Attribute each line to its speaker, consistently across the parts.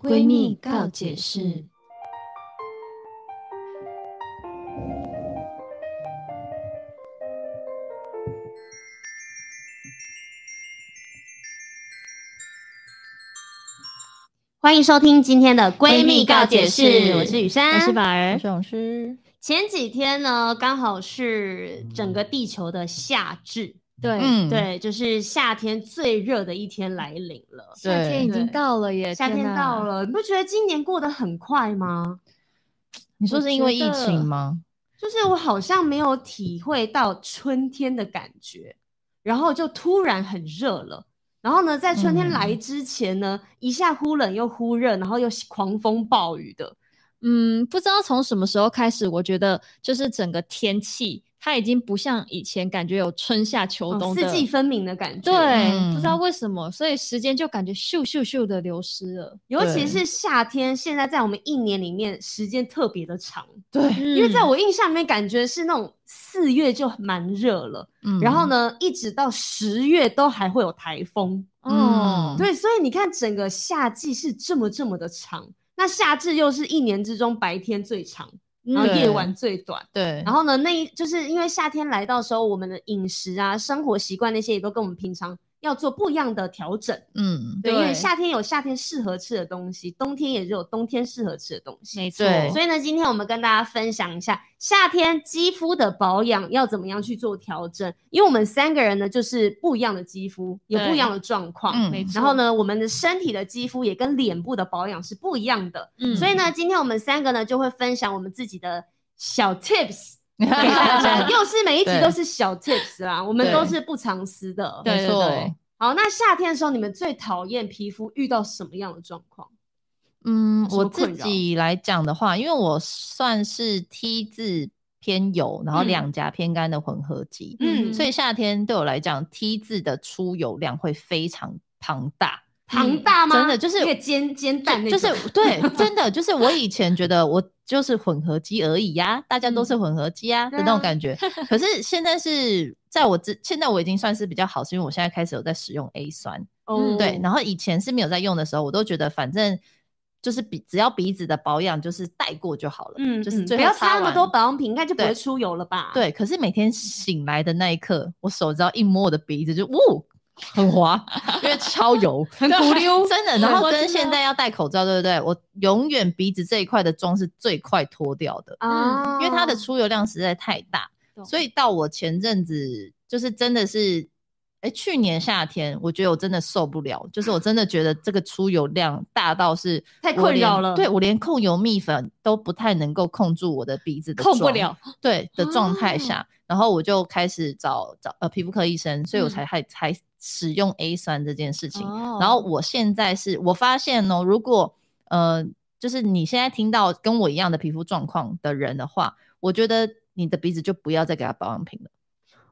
Speaker 1: 闺蜜告解释。
Speaker 2: 欢迎收听今天的闺蜜告
Speaker 1: 闺蜜
Speaker 2: 解
Speaker 1: 告解
Speaker 2: 释，
Speaker 1: 释
Speaker 2: 我是雨
Speaker 1: 我
Speaker 2: 珊，
Speaker 1: 是宝儿，
Speaker 3: 总是
Speaker 2: 前几天呢，刚好是整个地球的夏至，
Speaker 1: 对，
Speaker 3: 嗯，
Speaker 2: 对，就是夏天最热的一天来临了。
Speaker 1: 夏天已经
Speaker 2: 对
Speaker 1: 到了耶，
Speaker 2: 夏天
Speaker 1: 哪
Speaker 2: 到，了，你不觉得今年过得很快吗？
Speaker 3: 你说
Speaker 1: 我
Speaker 3: 是因
Speaker 1: 觉
Speaker 3: 为疫
Speaker 1: 得
Speaker 3: 情吗？
Speaker 2: 就是我好像没有体会到春天的感觉，然后就突然很热了。然后呢，在春天
Speaker 1: 嗯
Speaker 2: 来之前呢，一下忽冷又忽热，然后又狂风暴雨的。
Speaker 1: 嗯，不知道从什么时候开始，我觉得就是整个天气它已经不像以前感觉有春夏秋
Speaker 2: 嗯
Speaker 1: 冬的、
Speaker 2: 四季分明的感觉。
Speaker 1: 对，
Speaker 3: 嗯
Speaker 1: 不知道为什么，所以时间就感觉咻咻咻的流失了，
Speaker 2: 尤其
Speaker 3: 对
Speaker 2: 是夏天，现在在我们一年里面时间特别的长，
Speaker 3: 对，
Speaker 1: 因
Speaker 2: 因为在我印象里面感觉是那种四月就蛮热了，
Speaker 3: 嗯
Speaker 2: 然后？呢，一直到十月都还会有台风。
Speaker 1: 哦
Speaker 3: 嗯，
Speaker 2: 对，所以你看整个夏季是这么这么的长，那夏至又是一年之中白天最长，然后
Speaker 1: 嗯
Speaker 2: 夜晚最短。
Speaker 3: 对，
Speaker 2: 然后呢，那一就是因为夏天来到的时候，我们的饮食啊、生活习惯那些也都跟我们平常要做不一样的调整。
Speaker 3: 嗯，
Speaker 2: 对，因为
Speaker 1: 对
Speaker 2: 夏天有夏天适合吃的东西，冬天也有冬天适合吃的东西。
Speaker 1: 没错，
Speaker 3: 对
Speaker 2: 所以呢，今天我们跟大家分享一下夏天肌肤的保养要怎么样去做调整，因为我们三个人呢就是不一样的肌肤，有不一样的状况。
Speaker 3: 嗯
Speaker 1: 没错。
Speaker 2: 然后，呢，我们的身体的肌肤也跟脸部的保养是不一样的，
Speaker 1: 嗯
Speaker 2: 所以呢，今天我们三个呢就会分享我们自己的小 tips 给大家，又是每一集
Speaker 3: 对
Speaker 2: 都是小 tips 啦，我们
Speaker 3: 对
Speaker 2: 都是不藏私的，
Speaker 1: 对
Speaker 3: 没
Speaker 1: 对
Speaker 3: 错
Speaker 1: 对，
Speaker 2: 好，那夏天的时候，你们最讨厌皮肤遇到什么样的状况？
Speaker 3: 嗯，
Speaker 2: 什么
Speaker 3: 我自
Speaker 2: 困扰
Speaker 3: 己来讲的话，因为我算是 T 字偏油，然后
Speaker 2: 嗯
Speaker 3: 两颊偏干的混合肌，
Speaker 2: 嗯
Speaker 3: 所以夏天对我来讲，T 字的出油量会非常庞大。
Speaker 2: 庞大吗？
Speaker 3: 嗯真的就是
Speaker 2: 一个煎煎蛋那
Speaker 3: 就
Speaker 2: 种，
Speaker 3: 是对， 真的就是我以前觉得我就是混合肌而已呀、大家都是混合肌呀、
Speaker 2: 嗯
Speaker 3: 的
Speaker 2: 对
Speaker 3: 那种
Speaker 2: 啊
Speaker 3: 感觉。可是现在是在我之，现在我已经算是比较好，是因为我现在开始有在使用 A 酸，
Speaker 2: 哦
Speaker 3: 嗯对。然后以前是没有在用的时候，我都觉得反正就是鼻只要鼻子的保养就是带过就好了，
Speaker 2: 嗯，
Speaker 3: 就是
Speaker 2: 嗯
Speaker 3: 最
Speaker 2: 不
Speaker 3: 后
Speaker 2: 要擦那么
Speaker 3: 完
Speaker 2: 多保养品，应该就不会
Speaker 3: 对
Speaker 2: 出油了吧？，
Speaker 3: 对，可是每天醒来的那一刻，我手只要一摸我的鼻子就，呜，很滑，因为超 油，很
Speaker 1: 骨溜
Speaker 3: 真的。
Speaker 1: 对
Speaker 3: 然后
Speaker 1: 我
Speaker 3: 跟
Speaker 1: 知
Speaker 3: 现
Speaker 1: 道
Speaker 3: 在要戴口罩，对不对？我永远鼻子这一块的妆是最快脱掉的，
Speaker 2: 啊，
Speaker 3: 嗯因为它的出油量实在太大。
Speaker 1: 哦懂
Speaker 3: 所以到我前阵子，就是真的是，哎、去年夏天，我觉得我真的受不了，就是我真的觉得这个出油量大到是
Speaker 2: 太
Speaker 3: 我
Speaker 2: 困
Speaker 3: 连
Speaker 2: 扰了
Speaker 3: 对我连控油蜜粉都不太能够控住我的鼻子的
Speaker 1: 控不
Speaker 3: 妆
Speaker 1: 了，
Speaker 3: 对的状
Speaker 1: 哦
Speaker 3: 态下，然后我就开始找找呃皮肤科医生，所以我才还、才使用 A 酸这件事情。
Speaker 1: 嗯哦
Speaker 3: 然后我现在是我发现哦，如果呃就是你现在听到跟我一样的皮肤状况的人的话，我觉得你的鼻子就不要再给他保养品了，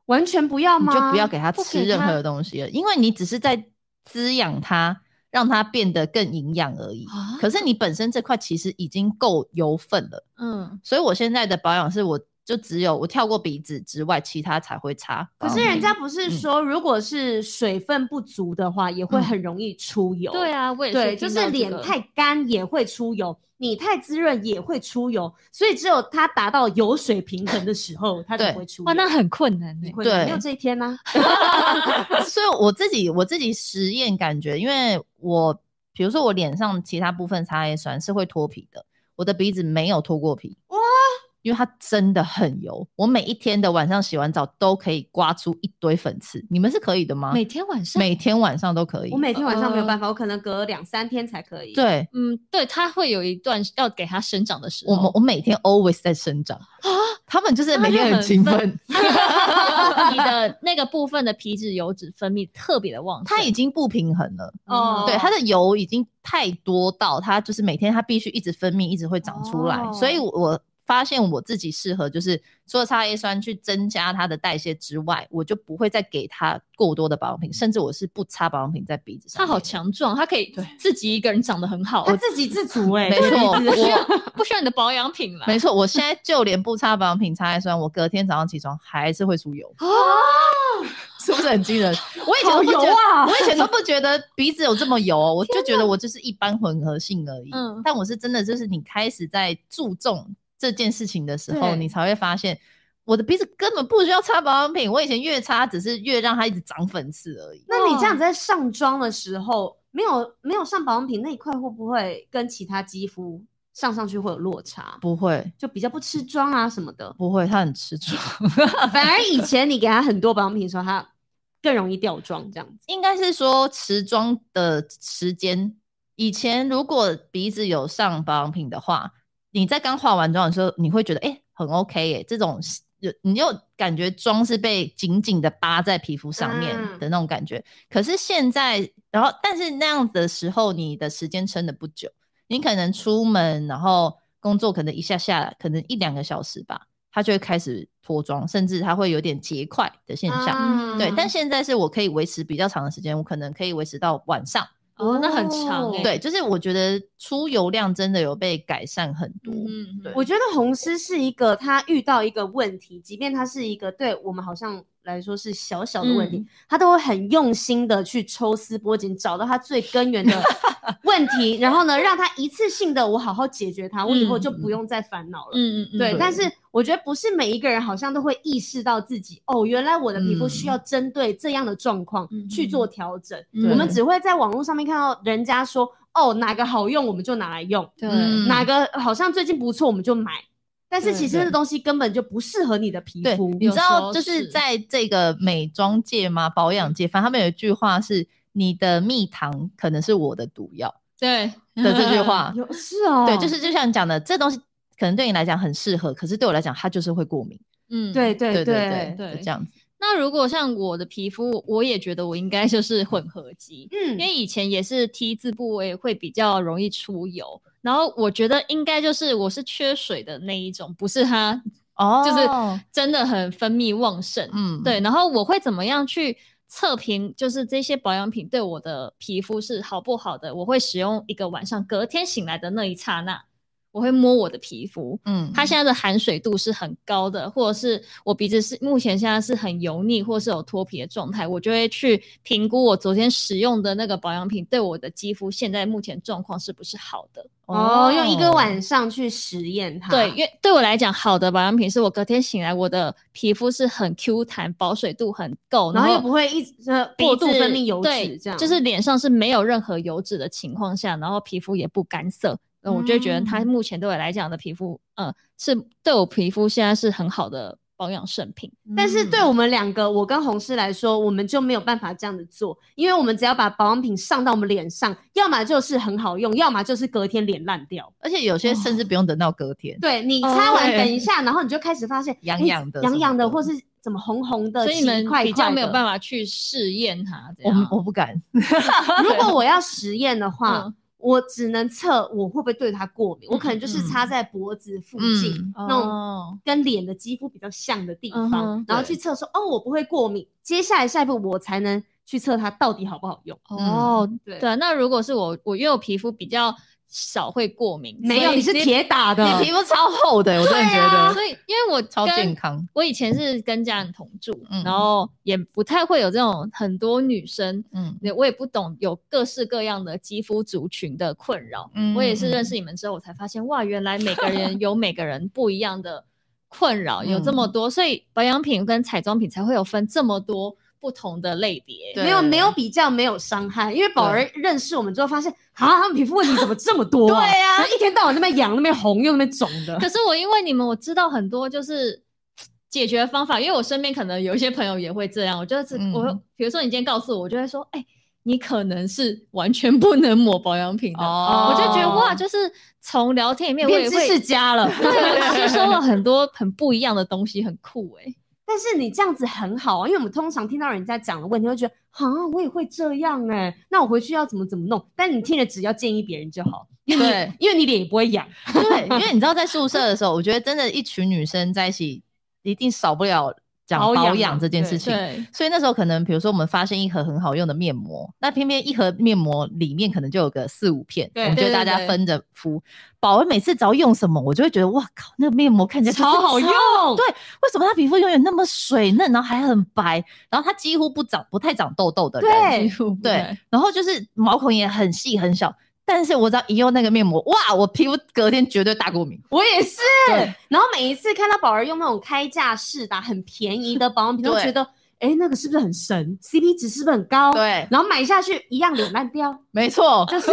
Speaker 2: 完全不要
Speaker 3: 你
Speaker 2: 吗？
Speaker 3: 就不要给他
Speaker 1: 不
Speaker 3: 吃
Speaker 1: 给
Speaker 3: 任
Speaker 1: 他
Speaker 3: 何的东西了，因为你只是在滋养它，让它变得更营养而已。
Speaker 1: 啊
Speaker 3: 可是你本身这块其实已经够油分了。
Speaker 1: 嗯，
Speaker 3: 所以我现在的保养是我就只有我跳过鼻子之外，其他才会擦保
Speaker 2: 可
Speaker 1: 啊
Speaker 3: 养
Speaker 2: 是
Speaker 3: 品。
Speaker 2: 人家不
Speaker 1: 嗯
Speaker 2: 是说，如果是水分不足的话，也会
Speaker 3: 嗯
Speaker 2: 很容易出油。
Speaker 1: 对啊，我也
Speaker 2: 对，
Speaker 1: 听
Speaker 2: 就是
Speaker 1: 到这
Speaker 2: 脸
Speaker 1: 个
Speaker 2: 太干也会出油，你太滋润也会出油，所以只有它达到油水平衡的时候， 它才
Speaker 3: 对
Speaker 2: 不会出油。
Speaker 1: 哇，那很困难
Speaker 2: 你
Speaker 1: 欸
Speaker 2: 会吗
Speaker 3: 对
Speaker 2: 没有这一天呢？
Speaker 3: 所以我自己我自己实验感觉，因为我比如说我脸上其他部分擦 A 酸是会脱皮的，我的鼻子没有脱过皮。
Speaker 2: 哇！
Speaker 3: 因为它真的很油，我每一天的晚上洗完澡都可以刮出一堆粉刺。你们是可以的吗？
Speaker 1: 每天晚上，
Speaker 3: 每天晚上都可以。
Speaker 2: 我每天晚上没有
Speaker 1: 呃
Speaker 2: 办法，我可能隔两三天才可以。
Speaker 3: 对
Speaker 1: 嗯，对，它会有一段要给它生长的时
Speaker 3: 我
Speaker 1: 候，
Speaker 3: 们我每天 always 在生长啊，他们就是
Speaker 1: 那
Speaker 3: 每
Speaker 1: 就
Speaker 3: 天很
Speaker 1: 很
Speaker 3: 勤
Speaker 1: 奋
Speaker 3: 奋，
Speaker 1: 你的那个部分的皮脂油脂分泌特别的旺盛，
Speaker 3: 它已经不平衡了。
Speaker 2: 哦，
Speaker 3: 对，它的油已经太多到它就是每天它必须一直分泌，一直会长出来。所以
Speaker 2: 哦
Speaker 3: 我我发现我自己适合就是除了擦 A 酸去增加它的代谢之外，我就不会再给它过多的保养品，甚至我是不擦保养品在鼻子上
Speaker 1: 它
Speaker 3: 面的。
Speaker 1: 好强壮，它可以自己一个人长得很好，
Speaker 2: 他自给自足哎、
Speaker 3: 没
Speaker 2: 对
Speaker 3: 错，
Speaker 2: 你自己
Speaker 3: 我
Speaker 1: 不需要你的保养品啦。
Speaker 3: 没错，我现在就连不擦保养品、擦 A 酸，我隔天早上起床还是会出油。
Speaker 2: 哦，
Speaker 3: 是不是很惊人？我以前
Speaker 2: 好
Speaker 3: 都不
Speaker 2: 油
Speaker 3: 觉得，
Speaker 2: 啊！
Speaker 3: 我以前都不觉得鼻子有这么油哦，我就觉得我就是一般混合性而已。
Speaker 1: 嗯
Speaker 3: 但我是真的，就是你开始在注重这件事情的时候，
Speaker 2: 对
Speaker 3: 你才会发现我的鼻子根本不需要擦保养品。我以前越擦，只是越让它一直长粉刺而已。
Speaker 2: 那你
Speaker 1: 哦
Speaker 2: 这样子在上妆的时候，没有没有上保养品那一块，会不会跟其他肌肤上上去会有落差？
Speaker 3: 不会，。
Speaker 2: 就比较不吃妆啊什么的
Speaker 3: 不会，它很吃醋。
Speaker 2: 反而以前你给他很多保养品的时候，他更容易掉妆这样子。
Speaker 3: 应该是说持妆的时间。以前如果鼻子有上保养品的话，你在刚化完妆的时候，你会觉得哎、诶很 OK 耶、这种是有你又感觉妆是被紧紧的扒在皮肤上面
Speaker 2: 嗯
Speaker 3: 的那种感觉。可是现在，然后但是那样的时候，你的时间撑的不久，你可能出门，然后工作可能一下下，可能一两个小时吧，它就会开始脱妆，甚至它会有点结块的现象。
Speaker 2: 啊
Speaker 3: 对，
Speaker 1: 嗯
Speaker 3: 但现在是我可以维持比较长的时间，我可能可以维持到晚上。
Speaker 1: 哦，那很长、欸，
Speaker 3: 对，就是我觉得出油量真的有被改善很多。
Speaker 1: 嗯，嗯，
Speaker 2: 我觉得红丝是一个他遇到一个问题，即便他是一个对我们好像来说是小小的问题，
Speaker 1: 嗯
Speaker 2: 他都会很用心的去抽丝剥茧，找到他最根源 的问题，然后呢，让他一次性的我好好解决它，我以后就不用再烦恼了。
Speaker 1: 嗯嗯嗯，
Speaker 2: 对，
Speaker 3: 对
Speaker 2: 但是我觉得不是每一个人好像都会意识到自己哦，原来我的皮肤需要针对这样的状况
Speaker 1: 嗯
Speaker 2: 去做调整。
Speaker 1: 嗯
Speaker 2: 我们只会在网络上面看到人家说哦哪个好用我们就拿来用，
Speaker 1: 对
Speaker 3: 嗯
Speaker 2: 哪个好像最近不错我们就买，但是
Speaker 1: 对
Speaker 2: 其实
Speaker 3: 对
Speaker 2: 这东西根本就不适合你的皮
Speaker 3: 对
Speaker 2: 肤，。
Speaker 3: 你
Speaker 1: 有
Speaker 3: 知
Speaker 1: 时
Speaker 3: 道
Speaker 1: 候
Speaker 3: 就是
Speaker 1: 是
Speaker 3: 在这个美妆界吗？保养界，反正他们有一句话是“你的蜜糖可能是我的毒药
Speaker 1: 对”
Speaker 3: 的这句，话。
Speaker 2: 有是哦，
Speaker 3: 对，就是就像你讲的，这东西可能对你来讲很适合，可是对我来讲，它就是会过敏。
Speaker 1: 嗯，
Speaker 2: 对。对
Speaker 3: 对
Speaker 2: 对
Speaker 3: 对
Speaker 1: 对
Speaker 3: 就这样子。
Speaker 1: 那如果像我的皮肤，我也觉得我应该就是混合肌，
Speaker 2: 嗯
Speaker 1: 因为以前也是 T 字部位会比较容易出油，然后我觉得应该就是我是缺水的那一种，不是它
Speaker 3: 哦
Speaker 1: 就是真的很分泌旺盛。
Speaker 3: 嗯，
Speaker 1: 对，然后我会怎么样去测评，就是这些保养品对我的皮肤是好不好的？我会使用一个晚上，隔天醒来的那一刹那，我会摸我的皮肤，
Speaker 3: 嗯，
Speaker 1: 它现在的含水度是很高的，或者是我鼻子是目前现在是很油腻，或是有脱皮的状态，我就会去评估我昨天使用的那个保养品对我的肌肤现在目前状况是不是好的。
Speaker 2: 哦，用一个晚上去实验它，
Speaker 1: 对，因为对我来讲，好的保养品是我隔天醒来，我的皮肤是很 Q 弹，保水度很够，
Speaker 2: 然后
Speaker 1: 后
Speaker 2: 又不会一直呃
Speaker 1: 鼻
Speaker 2: 过度
Speaker 1: 子
Speaker 2: 分泌油
Speaker 1: 对
Speaker 2: 脂，这样
Speaker 1: 就是脸上是没有任何油脂的情况下，然后皮肤也不干涩，那我就觉得它
Speaker 2: 嗯
Speaker 1: 目前对我来讲的皮肤，呃，是对我皮肤现在是很好的保养圣品。
Speaker 2: 但是对
Speaker 3: 嗯
Speaker 2: 我们两个，我跟红师来说，我们就没有办法这样子做，因为我们只要把保养品上到我们脸上，要么就是很好用，要么就是隔天脸烂掉。
Speaker 3: 而且有些甚至不用等到隔天。
Speaker 2: 对你
Speaker 1: 哦
Speaker 2: 擦完
Speaker 1: 对
Speaker 2: 等一下，然后你就开始发现
Speaker 3: 痒
Speaker 2: 诶
Speaker 3: 痒的什
Speaker 2: 痒
Speaker 3: 么
Speaker 2: 痒的，
Speaker 3: 的
Speaker 2: 或是怎么红红的，
Speaker 1: 所以你们比较没有办
Speaker 2: 法。
Speaker 1: 法去试验它，这
Speaker 3: 我
Speaker 2: 哦
Speaker 1: 样。
Speaker 3: 我不敢，
Speaker 2: 如果我要实验的话。
Speaker 1: 嗯
Speaker 2: 我只能测我会不会对它过敏，我可能就是
Speaker 3: 嗯
Speaker 2: 擦在脖子附近、
Speaker 3: 嗯
Speaker 2: 那种
Speaker 1: 哦，
Speaker 2: 跟脸的肌肤比较像的地
Speaker 1: 嗯
Speaker 2: 方，
Speaker 1: 哼
Speaker 2: 然后
Speaker 3: 对
Speaker 2: 去测说哦我不会过敏，接下来下一步我才能去测它到底好不好用。
Speaker 1: 哦，
Speaker 2: 对
Speaker 1: 对啊。那如果是我，我因为我皮肤比较少会过敏，
Speaker 2: 没有，
Speaker 1: 所以
Speaker 2: 你是铁打的，
Speaker 3: 你皮肤超厚的，我真的觉得
Speaker 1: 啊所以因为我
Speaker 3: 超
Speaker 1: 跟
Speaker 3: 健康。
Speaker 1: 我以前是跟家人同住，
Speaker 3: 嗯
Speaker 1: 然后也不太会有这种很多女生，
Speaker 3: 嗯
Speaker 1: 也我也不懂有各式各样的肌肤族群的困扰。
Speaker 3: 嗯
Speaker 1: 我也是认识你们之后，我才发现哇，原来每个 人有每个人不一样的困扰，有这么
Speaker 3: 嗯
Speaker 1: 多，所以保养品跟彩妆品才会有分这么多不同的类别。
Speaker 3: 对
Speaker 2: 没有没有比较，没有伤害，因为宝儿认识我们之后发现，啊，他们皮肤问题怎么这么多、啊？
Speaker 3: 对啊
Speaker 2: 然后一天到晚那边痒，那边红，又那边肿 的。
Speaker 1: 可是我因为你们，我知道很多就是解决方法，因为我身边可能有一些朋友也会这样。我就是、
Speaker 3: 嗯
Speaker 1: 我，比如说你今天告诉我，我就会说，哎、你可能是完全不能抹保养品的。
Speaker 3: 哦
Speaker 1: 我就觉得哇，就是从聊天里面我也
Speaker 2: 变知识
Speaker 1: 会。
Speaker 2: 家了，
Speaker 1: 对，我吸收了很多很不一样的东西，很酷哎、
Speaker 2: 但是你这样子很好啊，因为我们通常听到人家讲的问题，会觉得啊，我也会这样哎、那我回去要怎么怎么弄？但你听了只要建议别人就好，
Speaker 3: 对
Speaker 2: 因为你脸也不会痒。
Speaker 3: 对，因为你知道在宿舍的时候，我觉得真的，一群女生在一起一定少不了讲
Speaker 2: 保
Speaker 3: 保
Speaker 2: 养
Speaker 3: 养
Speaker 2: 嘛
Speaker 3: 这件
Speaker 2: 对
Speaker 3: 事情。
Speaker 1: 对，
Speaker 3: 所以那时候可能，比如说我们发现一盒很好用的面膜，那偏偏一盒面膜里面可能就有个四五片，我
Speaker 2: 对
Speaker 3: 们就
Speaker 1: 对
Speaker 3: 大
Speaker 1: 对
Speaker 3: 家
Speaker 1: 对
Speaker 3: 分着敷。保温每次只要用什么，我就会觉得哇靠，那个面膜看起来就是
Speaker 2: 超好用，
Speaker 3: 对，为什么她皮肤永远那么水嫩，然后还很白，然后她几乎不长不太长痘痘的人，
Speaker 2: 哎对
Speaker 1: 几乎不
Speaker 3: 对
Speaker 1: 太
Speaker 3: 然后就是毛孔也很细很小。但是我只要一用那个面膜，哇，我皮肤隔天绝对大过敏。
Speaker 2: 我也是
Speaker 3: 对。
Speaker 2: 然后每一次看到宝儿用那种开价式的啊、很便宜的保养品，都
Speaker 3: 对
Speaker 2: 觉得哎、诶那个是不是很神？CP 值是不是很高？
Speaker 3: 对，
Speaker 2: 然后买下去一样脸烂掉，
Speaker 3: 没错，
Speaker 2: 就是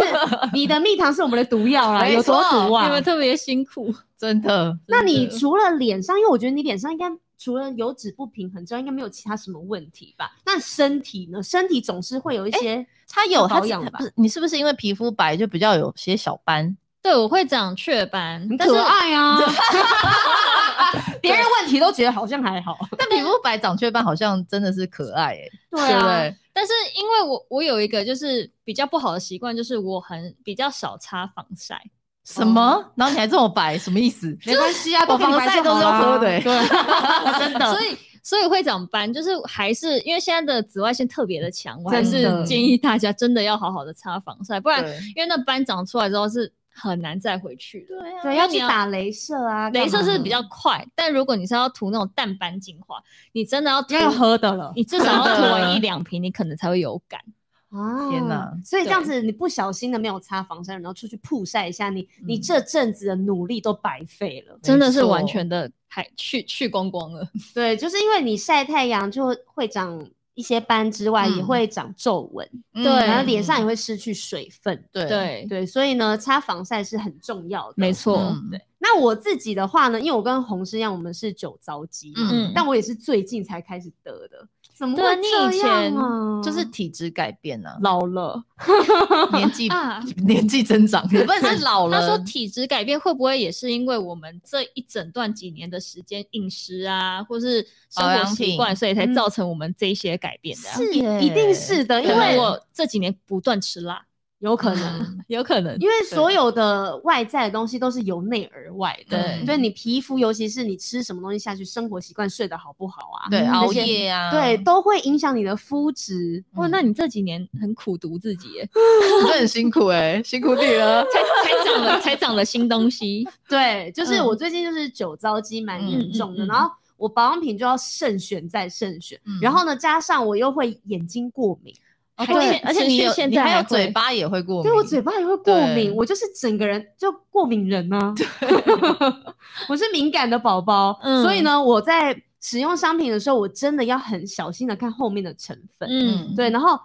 Speaker 2: 你的蜜糖是我们的毒药啦，
Speaker 3: 没
Speaker 2: 有多
Speaker 3: 错
Speaker 2: 毒
Speaker 1: 你
Speaker 2: 啊
Speaker 1: 们？特别辛苦。
Speaker 3: 真的。
Speaker 2: 那你
Speaker 1: 真的
Speaker 2: 除了脸上，因为我觉得你脸上应该除了油脂不平衡之外，应该没有其他什么问题吧？那身体呢？身体总是会有一些、
Speaker 3: 它有
Speaker 2: 保
Speaker 3: 它是
Speaker 2: 养
Speaker 3: 它
Speaker 2: 吧
Speaker 3: 不是你是不是因为皮肤白就比较有些小斑？
Speaker 1: 对，我会长雀斑，
Speaker 2: 很
Speaker 1: 但是
Speaker 2: 可爱啊， 别人问题都觉得好像还好，
Speaker 3: 但皮肤白长雀斑好像真的是可爱哎、
Speaker 2: 对
Speaker 3: 对不
Speaker 2: 啊，
Speaker 3: 对？
Speaker 1: 但是因为我我有一个就是比较不好的习惯，就是我很比较少擦防晒。
Speaker 3: 什么？然后你还这么白，什么意思？
Speaker 2: 没关系啊，
Speaker 3: 我
Speaker 2: 都给你
Speaker 3: 防
Speaker 2: 白
Speaker 3: 晒
Speaker 2: 就
Speaker 3: 都
Speaker 2: 好
Speaker 3: 是要
Speaker 2: 啦
Speaker 3: 喝的欸
Speaker 2: 对， 真的，
Speaker 1: 所以所以会长斑，就是还是因为现在的紫外线特别的强，我还
Speaker 2: 真
Speaker 1: 是
Speaker 2: 的
Speaker 1: 建议大家真的要好好的擦防晒，不然
Speaker 3: 对
Speaker 1: 因为那斑长出来之后是很难再回去的。
Speaker 3: 对
Speaker 2: 对，啊
Speaker 1: 那
Speaker 2: 要
Speaker 1: 你
Speaker 2: 去
Speaker 1: 要
Speaker 2: 打镭射啊，
Speaker 1: 镭射
Speaker 2: 干嘛
Speaker 1: 是
Speaker 2: 的
Speaker 1: 比较快，但如果你是要涂那种淡斑精华，你真的要涂
Speaker 2: 要有喝的了
Speaker 1: 你至少要
Speaker 3: 真
Speaker 1: 涂
Speaker 3: 的
Speaker 1: 完一两瓶，你可能才会有感。
Speaker 2: 啊
Speaker 3: 天哪！
Speaker 2: 所以这样
Speaker 1: 对
Speaker 2: 子，你不小心的没有擦防晒，然后出去曝晒一下，你你
Speaker 3: 嗯
Speaker 2: 这阵子的努力都白费了。
Speaker 1: 真的是完
Speaker 3: 错
Speaker 1: 全的还去去光光了。
Speaker 2: 对，就是因为你晒太阳就会长一些斑之外，也
Speaker 3: 嗯
Speaker 2: 会长皱纹，
Speaker 3: 对
Speaker 1: 对
Speaker 2: 然后脸上也会失去水分。
Speaker 3: 嗯对
Speaker 1: 对，
Speaker 2: 对，所以呢，擦防晒是很重要的。
Speaker 1: 没错。
Speaker 3: 嗯
Speaker 2: 对，那我自己的话呢，因为我跟红师一样，我们是酒糟肌，
Speaker 3: 嗯
Speaker 1: 嗯，
Speaker 2: 但我也是最近才开始得的。怎么
Speaker 1: 对啊
Speaker 2: 会
Speaker 1: 你
Speaker 2: 这
Speaker 1: 以
Speaker 2: 样
Speaker 1: 前
Speaker 2: 啊
Speaker 3: 就是体质改变啊，
Speaker 2: 老了，
Speaker 3: 年纪、
Speaker 1: 啊
Speaker 3: 年纪增长，也不能是老了。
Speaker 1: 他说体质改变会不会也是因为我们这一整段几年的时间饮食啊，或是生
Speaker 3: 保
Speaker 1: 活
Speaker 3: 养
Speaker 1: 习
Speaker 3: 品
Speaker 1: 惯，所以才
Speaker 2: 嗯
Speaker 1: 造成我们这一些改变的啊、
Speaker 3: 是耶
Speaker 2: 一定是的，因
Speaker 1: 因为
Speaker 2: 为
Speaker 1: 我这几年不断吃辣，
Speaker 2: 有可能。
Speaker 3: 嗯
Speaker 1: 有可能。
Speaker 2: 因为所有的外在的东西都是由内而外的，
Speaker 3: 对
Speaker 2: 所以你皮肤，尤其是你吃什么东西下去，生活习惯、睡得好不好啊，
Speaker 3: 对
Speaker 1: 嗯
Speaker 3: 熬
Speaker 2: 那些
Speaker 3: 夜啊，
Speaker 2: 对， 都会影响你的肤质。
Speaker 1: 哇，那你这几年很苦读自己耶，
Speaker 3: 这很辛苦哎、辛苦你 了。
Speaker 1: 才才长了才长了新东西。
Speaker 2: 对，就是
Speaker 1: 嗯
Speaker 2: 我最近就是酒糟肌蛮严重
Speaker 1: 嗯
Speaker 2: 的，
Speaker 1: 嗯嗯嗯
Speaker 2: 然后我保养品就要慎选再慎选，
Speaker 3: 嗯
Speaker 2: 然后呢，加上我又会眼睛过敏，
Speaker 3: 哦
Speaker 1: 还
Speaker 3: 对，
Speaker 1: 是
Speaker 3: 而且
Speaker 1: 持
Speaker 3: 你
Speaker 1: 续
Speaker 3: 有
Speaker 1: 现
Speaker 3: 你
Speaker 1: 在
Speaker 3: 还有
Speaker 1: 还会
Speaker 3: 嘴巴也会过敏，
Speaker 2: 对我嘴巴也会过敏，
Speaker 3: 对
Speaker 2: 我就是整个人就过敏人呢、 我是敏感的宝宝，
Speaker 1: 嗯
Speaker 2: 所以呢，我在使用商品的时候，我真的要很小心的看后面的成分。
Speaker 1: 嗯，
Speaker 2: 对，然后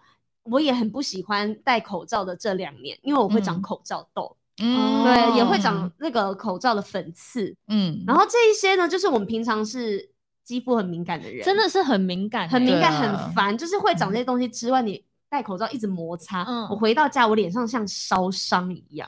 Speaker 2: 我也很不喜欢戴口罩的这两年，因为我会长
Speaker 3: 嗯
Speaker 2: 口罩痘，
Speaker 3: 嗯，
Speaker 2: 对，也会长那个口罩的粉刺。
Speaker 3: 嗯，
Speaker 2: 然后这一些呢，就是我们平常是肌肤很敏感的人，
Speaker 1: 真的是很敏感耶，欸
Speaker 2: 很敏感，
Speaker 3: 对啊
Speaker 2: 很烦，就是会长这些东西之外，你戴口罩一直摩擦，
Speaker 1: 嗯
Speaker 2: 我回到家我脸上像烧伤一样，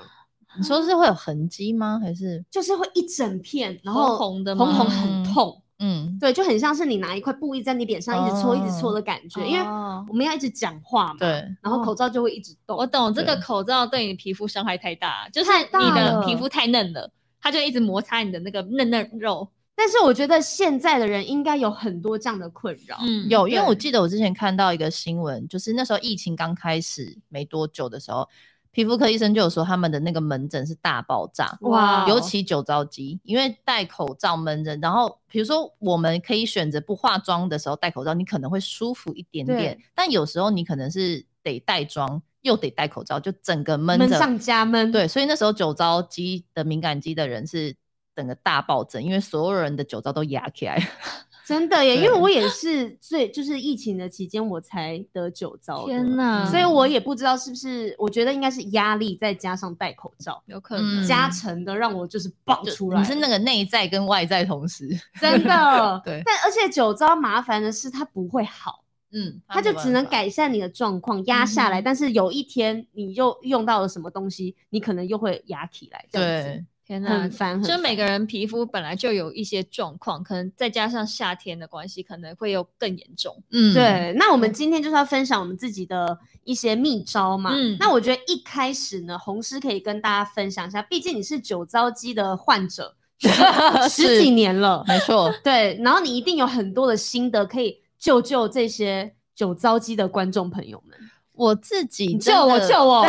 Speaker 3: 你说是会有痕迹吗？还是
Speaker 2: 就是会一整片，然后
Speaker 1: 红红的
Speaker 2: 红
Speaker 1: 吗
Speaker 2: 红很
Speaker 3: 嗯
Speaker 2: 痛，
Speaker 3: 嗯，
Speaker 2: 对，就很像是你拿一块布一直在你脸上一直搓、一直搓的感觉，因为
Speaker 3: 哦
Speaker 2: 我们要一直讲话嘛，
Speaker 3: 对，哦
Speaker 2: 然后口罩就会一直动。
Speaker 1: 我懂这个
Speaker 3: 对
Speaker 1: 口罩对你皮肤伤害太大，啊就是
Speaker 2: 太大
Speaker 1: 你的
Speaker 2: 了
Speaker 1: 皮肤太嫩了，它就一直摩擦你的那个嫩嫩肉。
Speaker 2: 但是我觉得现在的人应该有很多这样的困扰，
Speaker 1: 嗯
Speaker 3: 有，因为
Speaker 2: 对
Speaker 3: 我记得我之前看到一个新闻，就是那时候疫情刚开始没多久的时候，皮肤科医生就有说他们的那个门诊是大爆炸，
Speaker 2: 哇哦
Speaker 3: 尤其酒糟肌，因为戴口罩门诊，然后比如说我们可以选择不化妆的时候戴口罩，你可能会舒服一点点
Speaker 2: 对，
Speaker 3: 但有时候你可能是得带妆又得戴口罩，就整个闷
Speaker 2: 闷
Speaker 3: 着。
Speaker 2: 上加闷。
Speaker 3: 对，所以那时候酒糟肌的敏感肌的人是整个大暴增，因为所有人的酒糟都压起来了。
Speaker 2: 真的耶，因为
Speaker 3: 对
Speaker 2: 我也是最就是疫情的期间我才得酒糟的，
Speaker 1: 天
Speaker 3: 嗯
Speaker 1: 哪！
Speaker 2: 所以我也不知道是不是，我觉得应该是压力再加上戴口罩。
Speaker 1: 有可能
Speaker 3: 嗯
Speaker 2: 加成的让我就是爆
Speaker 3: 就
Speaker 2: 出来了，
Speaker 3: 你是 那个内在跟外在 同时，
Speaker 2: 真的
Speaker 3: 对
Speaker 2: 但而且酒糟麻烦的是它不会好，
Speaker 3: 嗯，
Speaker 2: 它就只能改善你的状况，压下来。
Speaker 1: 嗯哼
Speaker 2: 但是有一天你又用到了什么东西，你可能又会压起来，这样子
Speaker 3: 对，
Speaker 1: 天哪
Speaker 2: 很！烦。
Speaker 1: 就
Speaker 2: 很
Speaker 1: 每
Speaker 2: 烦
Speaker 1: 个人皮肤本来就有一些状况，可能再加上夏天的关系，可能会有更严重。
Speaker 3: 嗯，
Speaker 2: 对，那我们今天就是要分享我们自己的一些秘招嘛。
Speaker 1: 嗯
Speaker 2: 那我 觉得一开始呢，红师可以跟大家分享一下，毕竟你是酒糟肌的患者，十几年了，
Speaker 3: 没错，
Speaker 2: 对，然后你一定有很多的心得可以救救这些酒糟鸡的观众朋友们，
Speaker 3: 我自己
Speaker 2: 你救我
Speaker 3: 真的
Speaker 2: 救 我，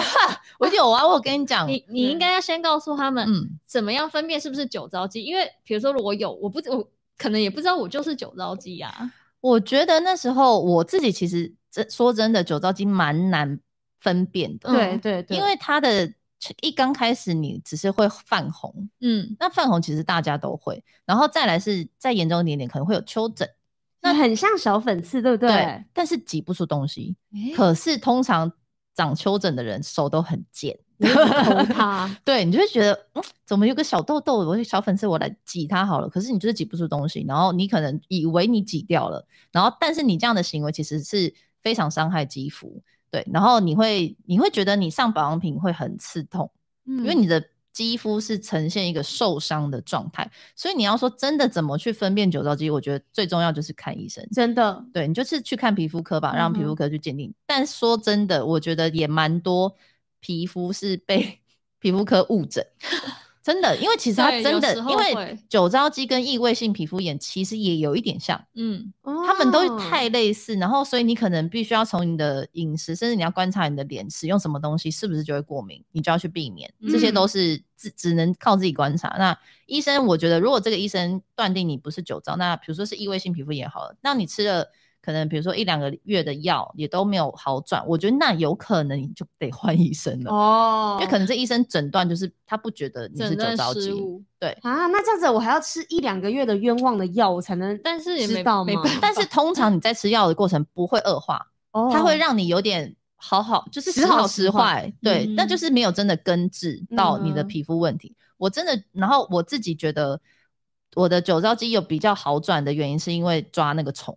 Speaker 3: 我有啊，我跟 你
Speaker 2: 嗯
Speaker 3: 讲，
Speaker 1: 你你应该要先告诉他们
Speaker 3: 嗯，
Speaker 1: 怎么样分辨是不是酒糟鸡，因为比如说如果有，我不我可能也不知道我就是酒糟鸡呀、
Speaker 3: 我觉得那时候我自己其实真说真的，酒糟鸡蛮难分辨的，
Speaker 2: 对
Speaker 1: 嗯
Speaker 2: 对对，
Speaker 3: 因为它的一刚开始你只是会泛红，
Speaker 1: 嗯，
Speaker 3: 那泛红其实大家都会，然后再来是再严重一点点可能会有丘疹，
Speaker 2: 那很像小粉刺，对不对？
Speaker 3: 但是挤不出东西，
Speaker 2: 哎
Speaker 1: 诶
Speaker 3: 可是通常长丘疹的人手都很贱。
Speaker 2: 你一 直投他，
Speaker 3: 对你就会觉得，嗯，怎么有个小痘痘，我小粉刺，我来挤它好了。可是你就是挤不出东西，然后你可能以为你挤掉了，然后但是你这样的行为其实是非常伤害肌肤，对，然后你会你会觉得你上保养品会很刺痛，
Speaker 1: 因
Speaker 3: 因为你的肌肤是呈现一个受伤的状态，所以你要说真的怎么去分辨酒糟肌，我觉得最重要就是看医生。
Speaker 2: 真的，
Speaker 3: 对你就是去看皮肤科吧，让皮
Speaker 2: 嗯
Speaker 3: 肤
Speaker 2: 哼
Speaker 3: 科去鉴定。但说真的，我觉得也蛮多皮肤是被 皮肤科误诊，真的，因为其实它
Speaker 1: 对
Speaker 3: 真
Speaker 1: 有
Speaker 3: 的
Speaker 1: 时，候
Speaker 3: 因为
Speaker 1: 会
Speaker 3: 酒糟肌跟异位性皮肤炎其实也有一点像，
Speaker 1: 嗯
Speaker 3: 它们都
Speaker 2: 哦
Speaker 3: 太类似，然后所以你可能必须要从你的饮食，甚至你要观察你的脸使用什么东西是不是就会过敏，你就要去避免，这些
Speaker 1: 嗯
Speaker 3: 都是只只能靠自己观察。那医生，我觉得如果这个医生断定你不是酒糟，那比如说是异位性皮肤炎好了，那你吃了。可能比如说一两个月的药也都没有好转，我觉得那有可能你就得换医生了，
Speaker 2: 哦
Speaker 3: 因为可能这医生诊断就是他不觉得你是
Speaker 1: 诊
Speaker 3: 酒
Speaker 1: 断
Speaker 3: 糟肌
Speaker 1: 失，误，
Speaker 2: 啊，那这样子我还要吃一两个月的冤枉的药，我才能，
Speaker 1: 但是也
Speaker 2: 知
Speaker 1: 没
Speaker 2: 道
Speaker 1: 没
Speaker 2: 吗
Speaker 1: 办法，
Speaker 3: 嗯但是通常你在吃药的过程不会恶化，
Speaker 2: 哦
Speaker 3: 它会让你有点好好，就是
Speaker 2: 时
Speaker 3: 时
Speaker 2: 好
Speaker 3: 好
Speaker 2: 时
Speaker 3: 时
Speaker 2: 坏
Speaker 3: 坏，对，
Speaker 1: 嗯
Speaker 3: 但就是没有真的根治到你的
Speaker 2: 嗯
Speaker 3: 皮肤问题。我真的，然后我自己觉得我的酒糟肌有比较好转的原因，是因为抓那个虫，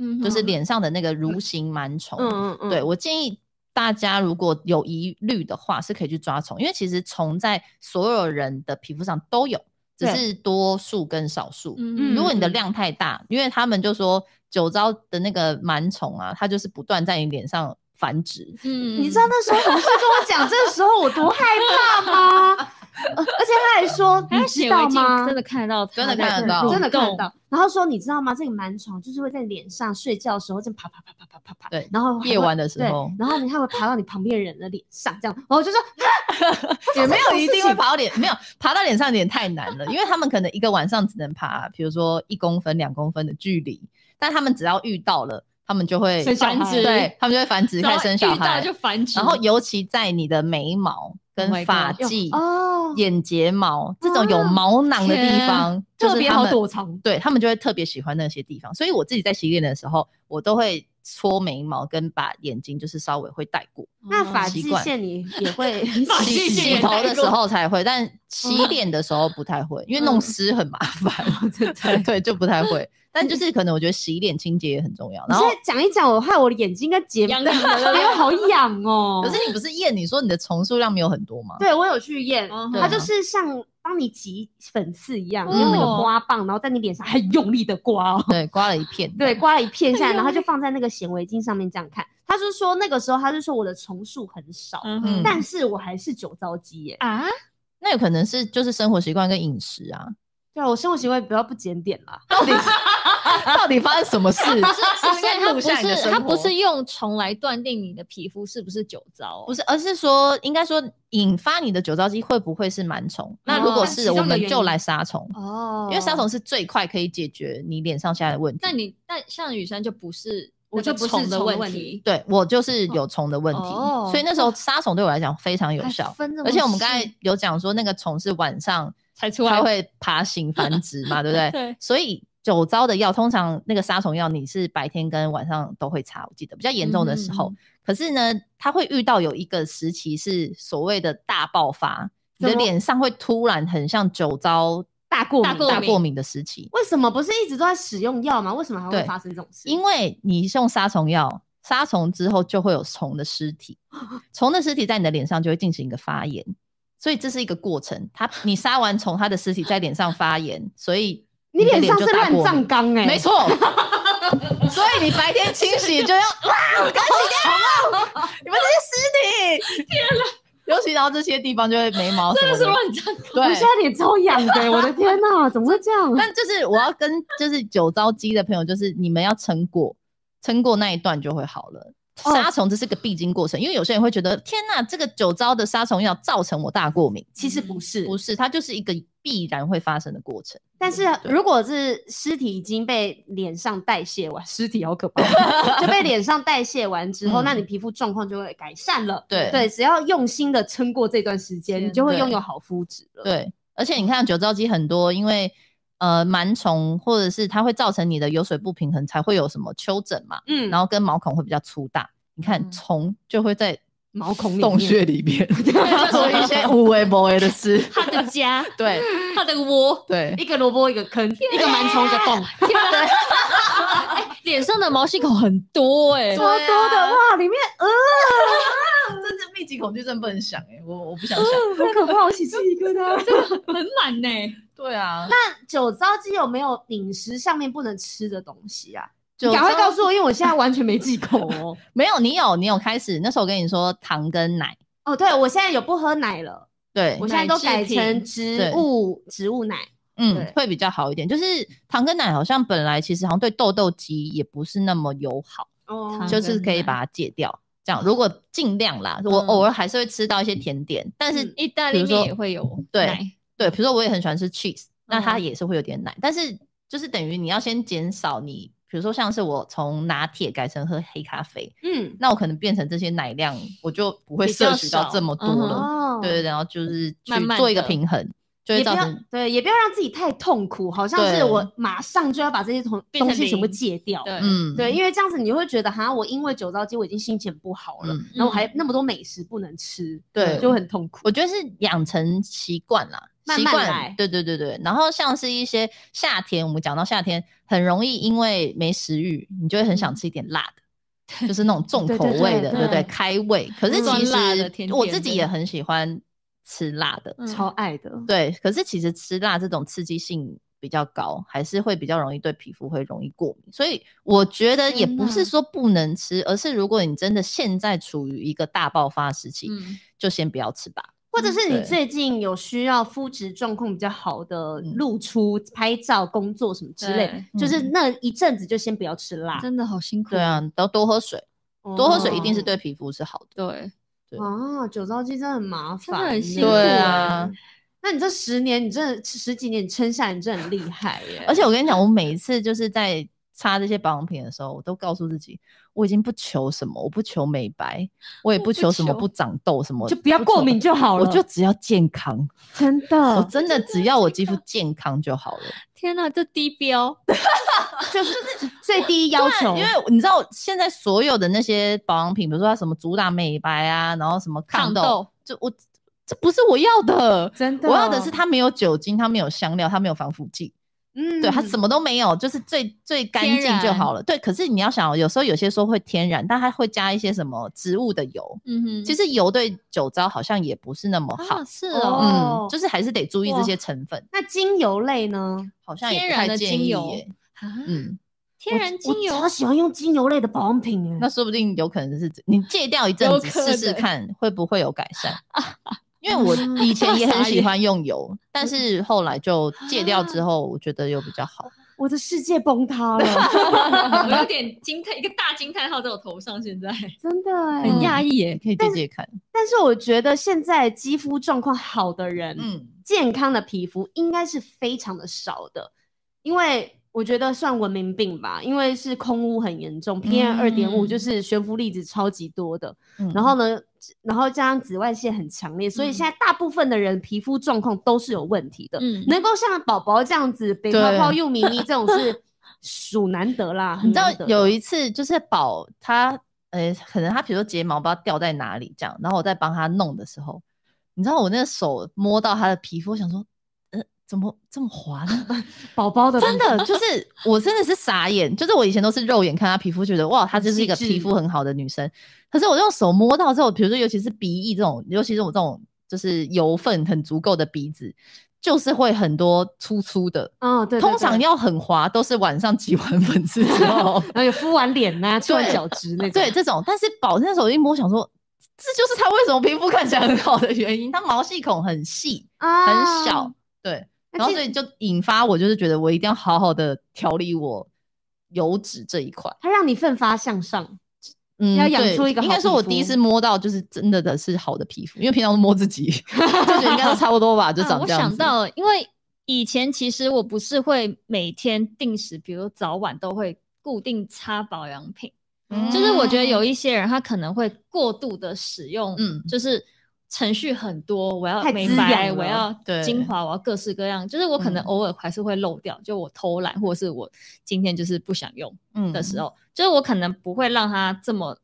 Speaker 1: 嗯
Speaker 3: 就是
Speaker 1: 哼
Speaker 3: 脸上的那个蠕形螨虫。
Speaker 2: 嗯嗯嗯，
Speaker 3: 对我建议大家如果有疑虑的话，是可以去抓虫，因为其实虫在所有人的皮肤上都有，只
Speaker 2: 对
Speaker 3: 是多数跟少数。
Speaker 1: 嗯
Speaker 3: 如果你的
Speaker 2: 嗯
Speaker 3: 量太大，因为他们就说酒糟的那个螨虫啊，它就是不断在你脸上繁殖。
Speaker 1: 嗯
Speaker 2: 你知道那时候同事跟我讲这个时候我多害怕吗？呃而且他还说，
Speaker 1: 还
Speaker 2: 你
Speaker 1: 有
Speaker 2: 知
Speaker 1: 显
Speaker 2: 道
Speaker 1: 微
Speaker 2: 吗？
Speaker 1: 镜真的看得到它，
Speaker 3: 真的
Speaker 1: 对
Speaker 3: 看得到
Speaker 2: 真的看得。
Speaker 1: 蠕动
Speaker 2: 到。然后说，你知道吗？这个螨虫就是会在脸上睡觉的时候，这样啪啪啪啪啪啪啪，
Speaker 3: 对
Speaker 2: 然后还会
Speaker 3: 夜晚的时候
Speaker 2: 对然后你还会爬到你旁边人的脸上，这样，然后我就说，
Speaker 3: 也没有
Speaker 2: 种
Speaker 3: 一
Speaker 2: 事
Speaker 3: 定会
Speaker 2: 情
Speaker 3: 爬到脸，没有爬到脸上有点太难了，因为他们可能一个晚上只能爬，比如说一公分、两公分的距离，但他们只要遇到了，他们就会
Speaker 2: 生小
Speaker 1: 繁
Speaker 2: 孩
Speaker 1: 殖
Speaker 3: 对，他们就会繁殖，
Speaker 1: 然
Speaker 3: 开
Speaker 1: 后
Speaker 3: 始生小
Speaker 1: 遇到
Speaker 3: 孩
Speaker 1: 就。繁殖，
Speaker 3: 然后尤其在你的眉毛
Speaker 1: Oh my
Speaker 3: 跟
Speaker 1: god
Speaker 3: 发际、
Speaker 2: 哦，
Speaker 3: 眼睫毛这种有
Speaker 2: 啊
Speaker 3: 毛囊的地
Speaker 1: 天
Speaker 3: 方，就是
Speaker 2: 特别
Speaker 3: 他
Speaker 2: 好
Speaker 3: 们
Speaker 2: 躲藏。
Speaker 3: 对他们就会特别喜欢那些地方。所以我自己在洗脸的时候，我都会搓眉毛跟把眼睛就是稍微会带过，
Speaker 2: 那
Speaker 1: 哦
Speaker 2: 发
Speaker 3: 习
Speaker 2: 际
Speaker 3: 惯
Speaker 2: 线你也会
Speaker 1: 发际
Speaker 3: 洗
Speaker 1: 线
Speaker 3: 洗
Speaker 1: 也
Speaker 3: 头
Speaker 1: 带
Speaker 3: 的时
Speaker 1: 过嗯
Speaker 3: 候才会，但洗脸的时候不太会，因为弄
Speaker 2: 嗯，
Speaker 3: 湿很麻 烦
Speaker 1: 哦
Speaker 2: 真的
Speaker 3: 对，就不太
Speaker 1: 嗯
Speaker 3: 会。但就是可能我觉得洗脸清洁也很重要。
Speaker 2: 你
Speaker 3: 然
Speaker 2: 现
Speaker 3: 后
Speaker 2: 在讲一讲，我害我的眼睛跟睫毛
Speaker 1: 痒痒哦的对 不
Speaker 2: 没
Speaker 1: 对
Speaker 2: 有好痒哦。
Speaker 3: 可是你不是验你说你的重数量没有很多吗？
Speaker 2: 对我有去验，
Speaker 1: 嗯
Speaker 2: 它
Speaker 3: 哼嗯
Speaker 2: 就是像帮你挤粉刺一样，
Speaker 1: 哦
Speaker 2: 用那个刮棒，然后在你脸上很用力的刮哦。
Speaker 3: 对，刮了一 片。
Speaker 2: 对，刮了一片下来，
Speaker 3: 哎
Speaker 1: 很用力
Speaker 2: 然后就放在那个显微镜上面这样看。他是说那个时候，他是说我的重数很少，
Speaker 1: 嗯哼
Speaker 2: 但是我还是酒糟肌耶。
Speaker 1: 啊，
Speaker 3: 那有可能是就是生活习惯跟饮 食啊，
Speaker 2: 对啊，我生活行为比较不检点啦。
Speaker 3: 到底到底发生什么事？
Speaker 1: 不 是它
Speaker 3: 录
Speaker 1: 不
Speaker 3: 下你的
Speaker 1: 是
Speaker 3: 生
Speaker 1: 它不
Speaker 3: 活
Speaker 1: 是用虫来断定你的皮肤是不是酒糟哦，
Speaker 3: 不是，而是说应该说引发你的酒糟肌会不会是螨虫？那如果
Speaker 2: 哦其
Speaker 3: 是，
Speaker 2: 中
Speaker 3: 我
Speaker 2: 的
Speaker 3: 们
Speaker 2: 原
Speaker 3: 就
Speaker 2: 因
Speaker 3: 来杀虫，
Speaker 2: 哦
Speaker 3: 因为杀虫是最快可以解决你脸上现在的问题。
Speaker 1: 但你但像雨珊就不是，
Speaker 2: 我就不是
Speaker 1: 的
Speaker 2: 虫的问
Speaker 1: 题，
Speaker 3: 对我就是有虫的问题，
Speaker 1: 哦
Speaker 3: 所以那时候杀虫对我来讲非常有效。而且我们刚才有讲说，那个虫是晚上
Speaker 1: 才出
Speaker 3: 它
Speaker 1: 来
Speaker 3: 会爬行繁殖 嘛，对不对？
Speaker 1: 对，
Speaker 3: 所以酒糟的药，通常那个杀虫药你是白天跟晚上都会擦，我记得比较严重的时候。
Speaker 1: 嗯
Speaker 3: 可是呢，它会遇到有一个时期是所谓的大爆发，你的
Speaker 2: 怎么
Speaker 3: 脸上会突然很像酒糟
Speaker 2: 大过敏
Speaker 1: 大过
Speaker 3: 大
Speaker 1: 敏
Speaker 3: 过敏的时期，
Speaker 2: 为什么不是一直都在使用药吗？为什么还会
Speaker 3: 对
Speaker 2: 发生这种事？
Speaker 3: 因为你用杀虫药，杀虫之后就会有虫的尸 体，虫的尸体在你的脸上就会进行一个发炎，所以这是一个过程。它你杀完虫，它的尸体在脸上发炎，所以
Speaker 2: 你脸上
Speaker 3: 就是大
Speaker 2: 乱
Speaker 3: 过敏
Speaker 2: 葬岗哎，
Speaker 3: 没，错。所以你白 啊天清洗就要哇，赶紧掉！你们这些尸体，尤其然后这些地方就会眉毛
Speaker 1: 真的
Speaker 3: 什么
Speaker 1: 是
Speaker 3: 的。
Speaker 1: 乱讲。
Speaker 3: 对
Speaker 2: 我现在脸超痒的、欸我的天哪、怎么会这样？
Speaker 3: 但就是我要跟就是酒糟鸡的朋友，就是你们要撑过，撑过那一段就会好了。
Speaker 2: 哦
Speaker 3: 杀虫这是个必经过程，因为有些人会觉得天呐，这个酒糟的杀虫药造成我大过敏，
Speaker 2: 其实不是，
Speaker 3: 不是，它就是一个必然会发生的过程。
Speaker 2: 但是
Speaker 3: 对
Speaker 2: 如果是尸体已经被脸上代谢完， 尸体好可 怕，就被脸上代谢完之后，
Speaker 3: 嗯
Speaker 2: 那你皮肤状况就会改善了。
Speaker 3: 对
Speaker 2: 对，只要用心的撑过这段时间，
Speaker 1: 天
Speaker 2: 你就会
Speaker 3: 对
Speaker 2: 拥有好肤质了。
Speaker 3: 对，而且你看酒糟鸡很多，因为呃螨虫或者是它会造成你的油水不平衡，才会有什么丘疹嘛，
Speaker 2: 嗯，
Speaker 3: 然
Speaker 2: 后
Speaker 3: 后跟毛孔会比较粗大。你看
Speaker 1: 嗯
Speaker 3: 虫就会在
Speaker 2: 毛孔里
Speaker 3: 洞
Speaker 2: 面
Speaker 3: 穴里面 做一些无为不为的 事。
Speaker 1: 他的家，
Speaker 3: 对
Speaker 1: 他的窝，
Speaker 3: 对，
Speaker 2: 一个萝卜一个坑，一 个螨虫一 个洞，哎
Speaker 1: 哎脸上的毛细孔很多哎、
Speaker 3: 对
Speaker 2: 超多的
Speaker 3: 啊
Speaker 2: 哇！里面呃，
Speaker 3: 真的密集恐惧症不能想哎、我我不 想想。
Speaker 2: 好可怕，我起鸡皮 疙瘩。
Speaker 1: 很满呢、
Speaker 3: 对啊，
Speaker 2: 酒糟鸡有没有饮食上面不能吃的东西啊？
Speaker 3: 酒
Speaker 2: 你赶快
Speaker 3: 糟
Speaker 2: 告诉我，因为我现在完全没忌口哦。
Speaker 3: 没有你有你有开始那时候我跟你说糖跟奶，
Speaker 2: 哦，对，我现在有不喝奶了。
Speaker 3: 对
Speaker 2: 我，现在都改成
Speaker 3: 对
Speaker 2: 植物植物奶，
Speaker 3: 嗯
Speaker 2: 对，
Speaker 3: 会比较好一点。就是糖跟奶好像本来其实好像对痘痘肌也不是那么友好，
Speaker 2: 哦
Speaker 1: 糖
Speaker 3: 就
Speaker 1: 跟
Speaker 3: 是可以
Speaker 1: 奶
Speaker 3: 把它戒掉。这样如果尽量啦，我
Speaker 1: 嗯
Speaker 3: 偶尔还是会吃到一些甜点，但是、
Speaker 2: 嗯
Speaker 1: 意大
Speaker 3: 比
Speaker 1: 利
Speaker 3: 如说
Speaker 1: 面也会有
Speaker 3: 对
Speaker 1: 奶
Speaker 3: 对，比如说我也很喜欢吃 cheese，那它
Speaker 1: 嗯
Speaker 3: 也是会有点奶，但是就是等于你要先减少你，比如说像是我从拿铁改成喝黑咖啡，
Speaker 2: 嗯，
Speaker 3: 那我可能变成这些奶量，我就不会
Speaker 1: 比较
Speaker 3: 摄取到
Speaker 1: 少
Speaker 3: 这么多
Speaker 1: 嗯
Speaker 3: 了。
Speaker 2: 哦
Speaker 3: 对对，然后就是去
Speaker 1: 慢慢
Speaker 3: 做一个
Speaker 1: 地
Speaker 3: 平衡，就会
Speaker 2: 也不
Speaker 3: 造
Speaker 2: 要
Speaker 3: 成
Speaker 2: 对，也不要让自己太痛苦，好像
Speaker 3: 对
Speaker 2: 是我马上就要把这些东
Speaker 1: 变成
Speaker 2: 东西全部
Speaker 1: 零
Speaker 2: 戒掉。
Speaker 1: 对
Speaker 3: 嗯
Speaker 2: 对，因为这样子你会觉得，哈，我因为酒糟鸡我已经心情不好了，
Speaker 3: 嗯
Speaker 2: 然后我还那么多美食不能吃，
Speaker 3: 对
Speaker 2: 就会很痛苦。
Speaker 3: 我觉得是养成习惯啦，
Speaker 2: 慢
Speaker 3: 习
Speaker 2: 慢
Speaker 3: 惯
Speaker 2: 来
Speaker 3: 对对对对。然后像是一些夏天，我们讲到夏天，很容易因为没食欲，你就会很想吃一点辣的，就是那种重
Speaker 2: 对
Speaker 3: 口
Speaker 2: 对对
Speaker 3: 味的，对不对？
Speaker 1: 嗯
Speaker 3: 开胃。可是
Speaker 2: 嗯
Speaker 3: 其
Speaker 1: 酸辣的甜
Speaker 3: 实我自
Speaker 1: 点
Speaker 3: 己
Speaker 1: 的
Speaker 3: 也很喜欢吃辣的，
Speaker 1: 嗯
Speaker 2: 超爱的，
Speaker 3: 对。可是其实吃辣这种刺激性。比较高，还是会比较容易对皮肤会容易过敏，所以我觉得也
Speaker 1: 天
Speaker 3: 不是
Speaker 1: 哪
Speaker 3: 说不能吃，而是如果你真的现在处于一个大爆发时期，
Speaker 1: 嗯，
Speaker 3: 就先不要吃吧。
Speaker 2: 或者是
Speaker 3: 对
Speaker 2: 你最近有需要肤质状况比较好的露出、拍照、工作什么之类，
Speaker 1: 对
Speaker 2: 就是
Speaker 3: 嗯
Speaker 2: 那一阵子就先不要吃辣，
Speaker 1: 真的哦好辛苦。哦
Speaker 3: 对啊，都多喝水，多喝水一定是对皮肤是好的。
Speaker 1: 对，
Speaker 3: 对
Speaker 2: 哦，酒糟鸡真的很麻
Speaker 1: 真
Speaker 2: 烦
Speaker 1: 的
Speaker 2: 欸，
Speaker 1: 很辛
Speaker 3: 苦对啊
Speaker 2: 欸。那你这十年，你真的十几年，你撑下来，你真的很厉害耶！
Speaker 3: 而且我跟你讲，我每一次就是在擦这些保养品的时候，我都告诉自己，我已经不求什么，我不求美白，我也
Speaker 1: 我
Speaker 3: 不
Speaker 1: 不
Speaker 3: 求什么
Speaker 1: 求
Speaker 3: 不长痘什么，
Speaker 2: 就不要过
Speaker 3: 求
Speaker 2: 敏就好
Speaker 3: 我
Speaker 2: 了，嗯
Speaker 3: 就只要健康。
Speaker 2: 真
Speaker 3: 我
Speaker 2: 的
Speaker 3: 真的只要我肌肤健康就好了。
Speaker 1: 天哪，这低标，
Speaker 2: 就是最低要求，
Speaker 3: 因为你知道，现在所有的那些保养品，比如说它什么主打美白啊，然后什么
Speaker 1: 抗
Speaker 3: 抗痘，
Speaker 1: 痘
Speaker 3: 就我这不是我要的。
Speaker 2: 真的
Speaker 3: 我要的是它没有酒精，它没有香料，它没有防腐剂，
Speaker 2: 嗯
Speaker 3: 对它什么都没有，就是最最干
Speaker 1: 天
Speaker 3: 净就
Speaker 1: 然
Speaker 3: 好了。对，可是你要想哦，有时候有些说会天然，但它会加一些什么植物的油，
Speaker 1: 嗯哼，
Speaker 3: 其实油对酒糟好像也不是那么好，
Speaker 1: 啊是
Speaker 2: 哦
Speaker 1: 哦，
Speaker 3: 嗯，就是还是得注意这
Speaker 2: 哇
Speaker 3: 些成分，
Speaker 2: 那精油类呢？
Speaker 3: 好像也
Speaker 1: 天
Speaker 3: 不
Speaker 1: 然
Speaker 3: 太
Speaker 1: 的
Speaker 3: 建
Speaker 1: 精
Speaker 3: 议
Speaker 1: 油
Speaker 3: 耶，
Speaker 1: 啊
Speaker 3: 嗯，
Speaker 1: 天然精油
Speaker 2: 我超喜欢用精油类的保养品哎
Speaker 3: 那。说不定有可能是你戒掉一阵
Speaker 1: 有
Speaker 3: 子
Speaker 1: 可
Speaker 3: 试试
Speaker 1: 能
Speaker 3: 看会不会有改善，因为我以前也很喜欢用油，但是后来就戒掉之后，我觉得又比较好。
Speaker 2: 我的世界崩塌了，
Speaker 1: 我 有点惊叹，一个大惊叹号在我头上，现 在
Speaker 2: 真的
Speaker 1: 很
Speaker 2: 哎
Speaker 3: 嗯。
Speaker 1: 讶异耶
Speaker 3: 你。可以借借看。
Speaker 2: 但是我觉得现在肌肤状况好的人，
Speaker 3: 嗯，
Speaker 2: 健康的皮肤应该是非常的少的，因为我觉得算文明病吧，因为是空污很严重，PM 二点五
Speaker 1: 嗯
Speaker 2: 就是悬浮粒子超级多的，嗯然
Speaker 3: 然后
Speaker 2: 后呢，然后加上紫外线很强烈，所以
Speaker 1: 嗯
Speaker 2: 现在大部分的人皮肤状况都是有问题的，
Speaker 1: 嗯，
Speaker 2: 能够像宝宝这样子北
Speaker 3: 对
Speaker 2: 泡泡又咪咪这种是属难得啦，很
Speaker 3: 你知道
Speaker 2: 难得
Speaker 3: 有
Speaker 2: 的
Speaker 3: 一次就是宝他，呃，可能他比如说睫毛不知道掉在哪里这样，然后我在帮他弄的时候，你知道我那个手摸到他的皮肤，我想说，呃，怎么这么滑呢？
Speaker 2: 宝宝的
Speaker 3: 真的就是我真的是傻眼，就是我以前都是肉眼看她皮肤，觉得哇，她就是一个
Speaker 2: 细致
Speaker 3: 皮肤很好的女生。可是我用手摸到之后，比如说尤其是鼻翼这种，尤其是我这种就是油分很足够的鼻子，就是会很多粗粗的。
Speaker 2: 嗯对，对
Speaker 3: 通 常
Speaker 2: 对
Speaker 3: 要很滑都是晚上挤完粉刺之后，
Speaker 2: 然后有敷完脸呐、啊，吃完
Speaker 3: 对
Speaker 2: 角质那种，
Speaker 3: 对这种。但是宝那时候一摸，想说这就是它为什么皮肤看起来很好的原因，它毛细孔很细
Speaker 2: 啊
Speaker 3: 很小，对，
Speaker 2: 那
Speaker 3: 然后
Speaker 2: 其
Speaker 3: 所以就引发我就是觉得我一定要好好的调理我油脂这一块，
Speaker 2: 它让你奋发向上。
Speaker 3: 嗯，
Speaker 2: 要养
Speaker 3: 对
Speaker 2: 出一个
Speaker 3: 应
Speaker 2: 好
Speaker 3: 该说
Speaker 2: 皮
Speaker 3: 我第一
Speaker 2: 肤
Speaker 3: 次摸到就是真的的是好的皮肤，因为平常都摸自己，就觉得应该都差不多吧，就
Speaker 1: 啊
Speaker 3: 长
Speaker 1: 我
Speaker 3: 这样、
Speaker 1: 想到了，因为以前其实我不是会每天定时，比如早晚都会固定擦保养品，
Speaker 3: 嗯，
Speaker 1: 就是我觉得有一些人他可能会过度的使用，
Speaker 3: 嗯
Speaker 1: 嗯，就是。程序很多，我要
Speaker 2: 太
Speaker 1: 美
Speaker 2: 滋
Speaker 1: 白，
Speaker 2: 养
Speaker 1: 我
Speaker 2: 了
Speaker 1: 要
Speaker 3: 对
Speaker 1: 精华，我要各式各样。就是我可能
Speaker 3: 嗯
Speaker 1: 偶尔还是会漏掉，就我偷懒，或者是我今天就是不想用，
Speaker 3: 嗯
Speaker 1: 的时候，就是我可能不会让它这么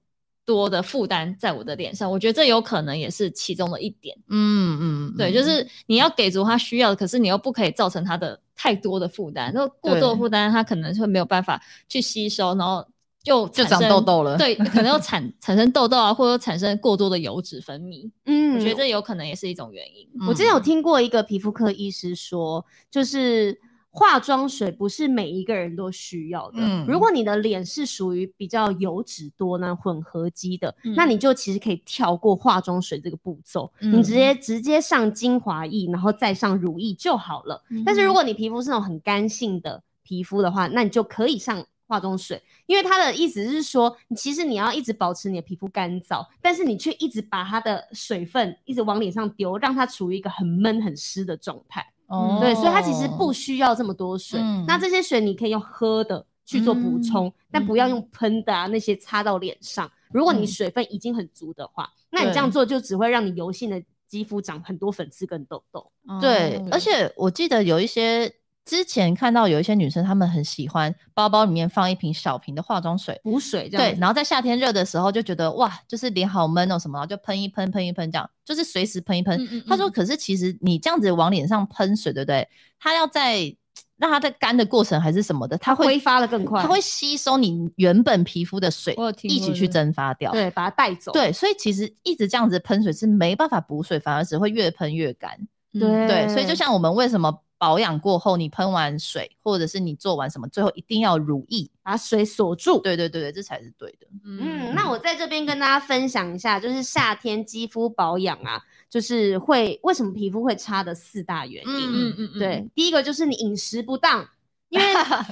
Speaker 1: 多的负担在我的脸上。我觉得这有可能也是其中的一点。
Speaker 3: 嗯嗯，
Speaker 1: 对，
Speaker 3: 嗯
Speaker 1: 就是你要给足他需要的，可是你又不可以造成他的太多的负担。那过多的
Speaker 3: 对
Speaker 1: 负担，他可能会没有办法去吸收，然后就
Speaker 3: 就
Speaker 1: 产
Speaker 3: 长
Speaker 1: 生
Speaker 3: 痘痘了
Speaker 1: 对，可能又产 产生痘痘啊，或者产生过多的油脂分泌。
Speaker 2: 嗯，
Speaker 1: 我觉得这有可能也是一种原因。
Speaker 2: 我之前
Speaker 3: 嗯
Speaker 2: 有听过一个皮肤科医师说，就是化妆水不是每一个人都需要的。
Speaker 3: 嗯
Speaker 2: 如果你的脸是属于比较油脂多呢混合肌的，
Speaker 1: 嗯
Speaker 2: 那你就其实可以跳过化妆水这个步骤，
Speaker 3: 嗯
Speaker 2: 你直接直接上精华液，然后再上乳液就好了。
Speaker 3: 嗯
Speaker 2: 但是如果你皮肤是那种很干性的皮肤的话，那你就可以上化妆水，因为它的意思是说，你其实你要一直保持你的皮肤干燥，但是你却一直把它的水分一直往脸上丢，让它处于一个很闷很湿的状态。
Speaker 3: 哦
Speaker 2: 对，所以它其实不需要这么多水。
Speaker 3: 嗯
Speaker 2: 那这些水你可以用喝的去做补充，但不要用喷的啊那些擦到脸上。如果你
Speaker 3: 嗯
Speaker 2: 水分已经很足的话，那你这样
Speaker 3: 对
Speaker 2: 做就只会让你油性的肌肤长很多粉刺跟痘痘。
Speaker 3: 对，
Speaker 1: 哦
Speaker 3: 而且我记得有一些之前看到有一些女生，她们很喜欢包包里面放一瓶小瓶的化妆水，
Speaker 2: 补水这样
Speaker 3: 对
Speaker 2: 子，
Speaker 3: 然后在夏天热的时候就觉得哇，就是脸好闷哦什么，然后就喷一喷喷一喷这样，就是随时喷一喷。
Speaker 1: 嗯嗯
Speaker 3: 她说，
Speaker 1: 嗯
Speaker 3: 可是其实你这样子往脸上喷水，对不对？它要在让它在干的过程还是什么的，它会
Speaker 2: 挥发的更快，
Speaker 3: 它会吸收你原本皮肤的水
Speaker 1: 我有，听
Speaker 3: 一
Speaker 1: 过
Speaker 3: 起
Speaker 1: 这
Speaker 3: 去
Speaker 1: 个
Speaker 3: 蒸发掉。
Speaker 2: 对把它带走。
Speaker 3: 对，所以其实一直这样子喷水是没办法补水，反而只会越喷越干。
Speaker 1: 嗯
Speaker 3: 对，所以就
Speaker 2: 对
Speaker 3: 像我们为什么保养过后，你喷完水或者是你做完什么，最后一定要如意。
Speaker 2: 把水锁住。
Speaker 3: 对对对对，这才是对的。
Speaker 2: 嗯，那我在这边跟大家分享一下，就是夏天肌肤保养啊，就是会为什么皮肤会差的四大原因。
Speaker 3: 嗯
Speaker 1: 嗯嗯
Speaker 2: 对，第一个就是你饮食不当，因 为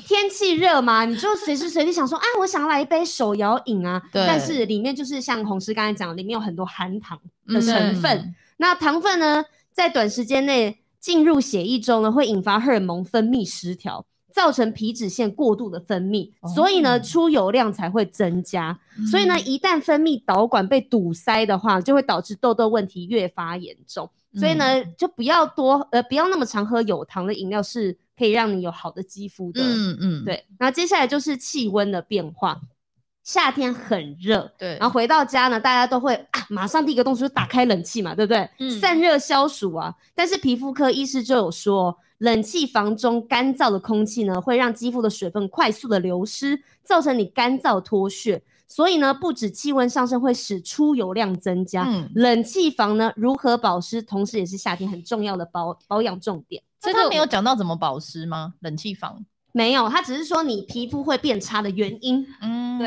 Speaker 2: 天气热嘛，你就随时随地想说，啊，我想要来一杯手摇饮啊，
Speaker 3: 对
Speaker 2: 但是里面就是像红师刚才讲，里面有很多含糖
Speaker 3: 嗯
Speaker 2: 的成分，那糖分呢，在短时间内进入血液中呢，会引发荷尔蒙分泌失调，造成皮脂腺过度的分泌，所以
Speaker 3: 哦嗯
Speaker 2: 呢，出油量才会增加。所以呢，一旦分泌导管被堵塞的话，就会导致痘痘问题越发严重。
Speaker 3: 嗯
Speaker 2: 所以呢，就不要多呃，不要那么常喝有糖的饮料，是可以让你有好的肌肤的。
Speaker 3: 嗯嗯，
Speaker 2: 对。然后接下来就是气温的变化，夏天很热，
Speaker 3: 对。
Speaker 2: 然后回到家呢，大家都会啊，马上第一个动作就打开冷气嘛，对不对？
Speaker 1: 嗯
Speaker 2: 散热消暑啊。但是皮肤科医师就有说，冷气房中干燥的空气呢，会让肌肤的水分快速的流失，造成你干燥脱屑。所以呢，不止气温上升会使出油量增加，
Speaker 3: 嗯，
Speaker 2: 冷气房呢如何保湿，同时也是夏天很重要的保保养重点。
Speaker 3: 这
Speaker 1: 这
Speaker 3: 个
Speaker 1: 个
Speaker 3: 没有讲到怎么保湿吗？冷气房，
Speaker 2: 没有，它只是说你皮肤会变差的原因。
Speaker 3: 嗯，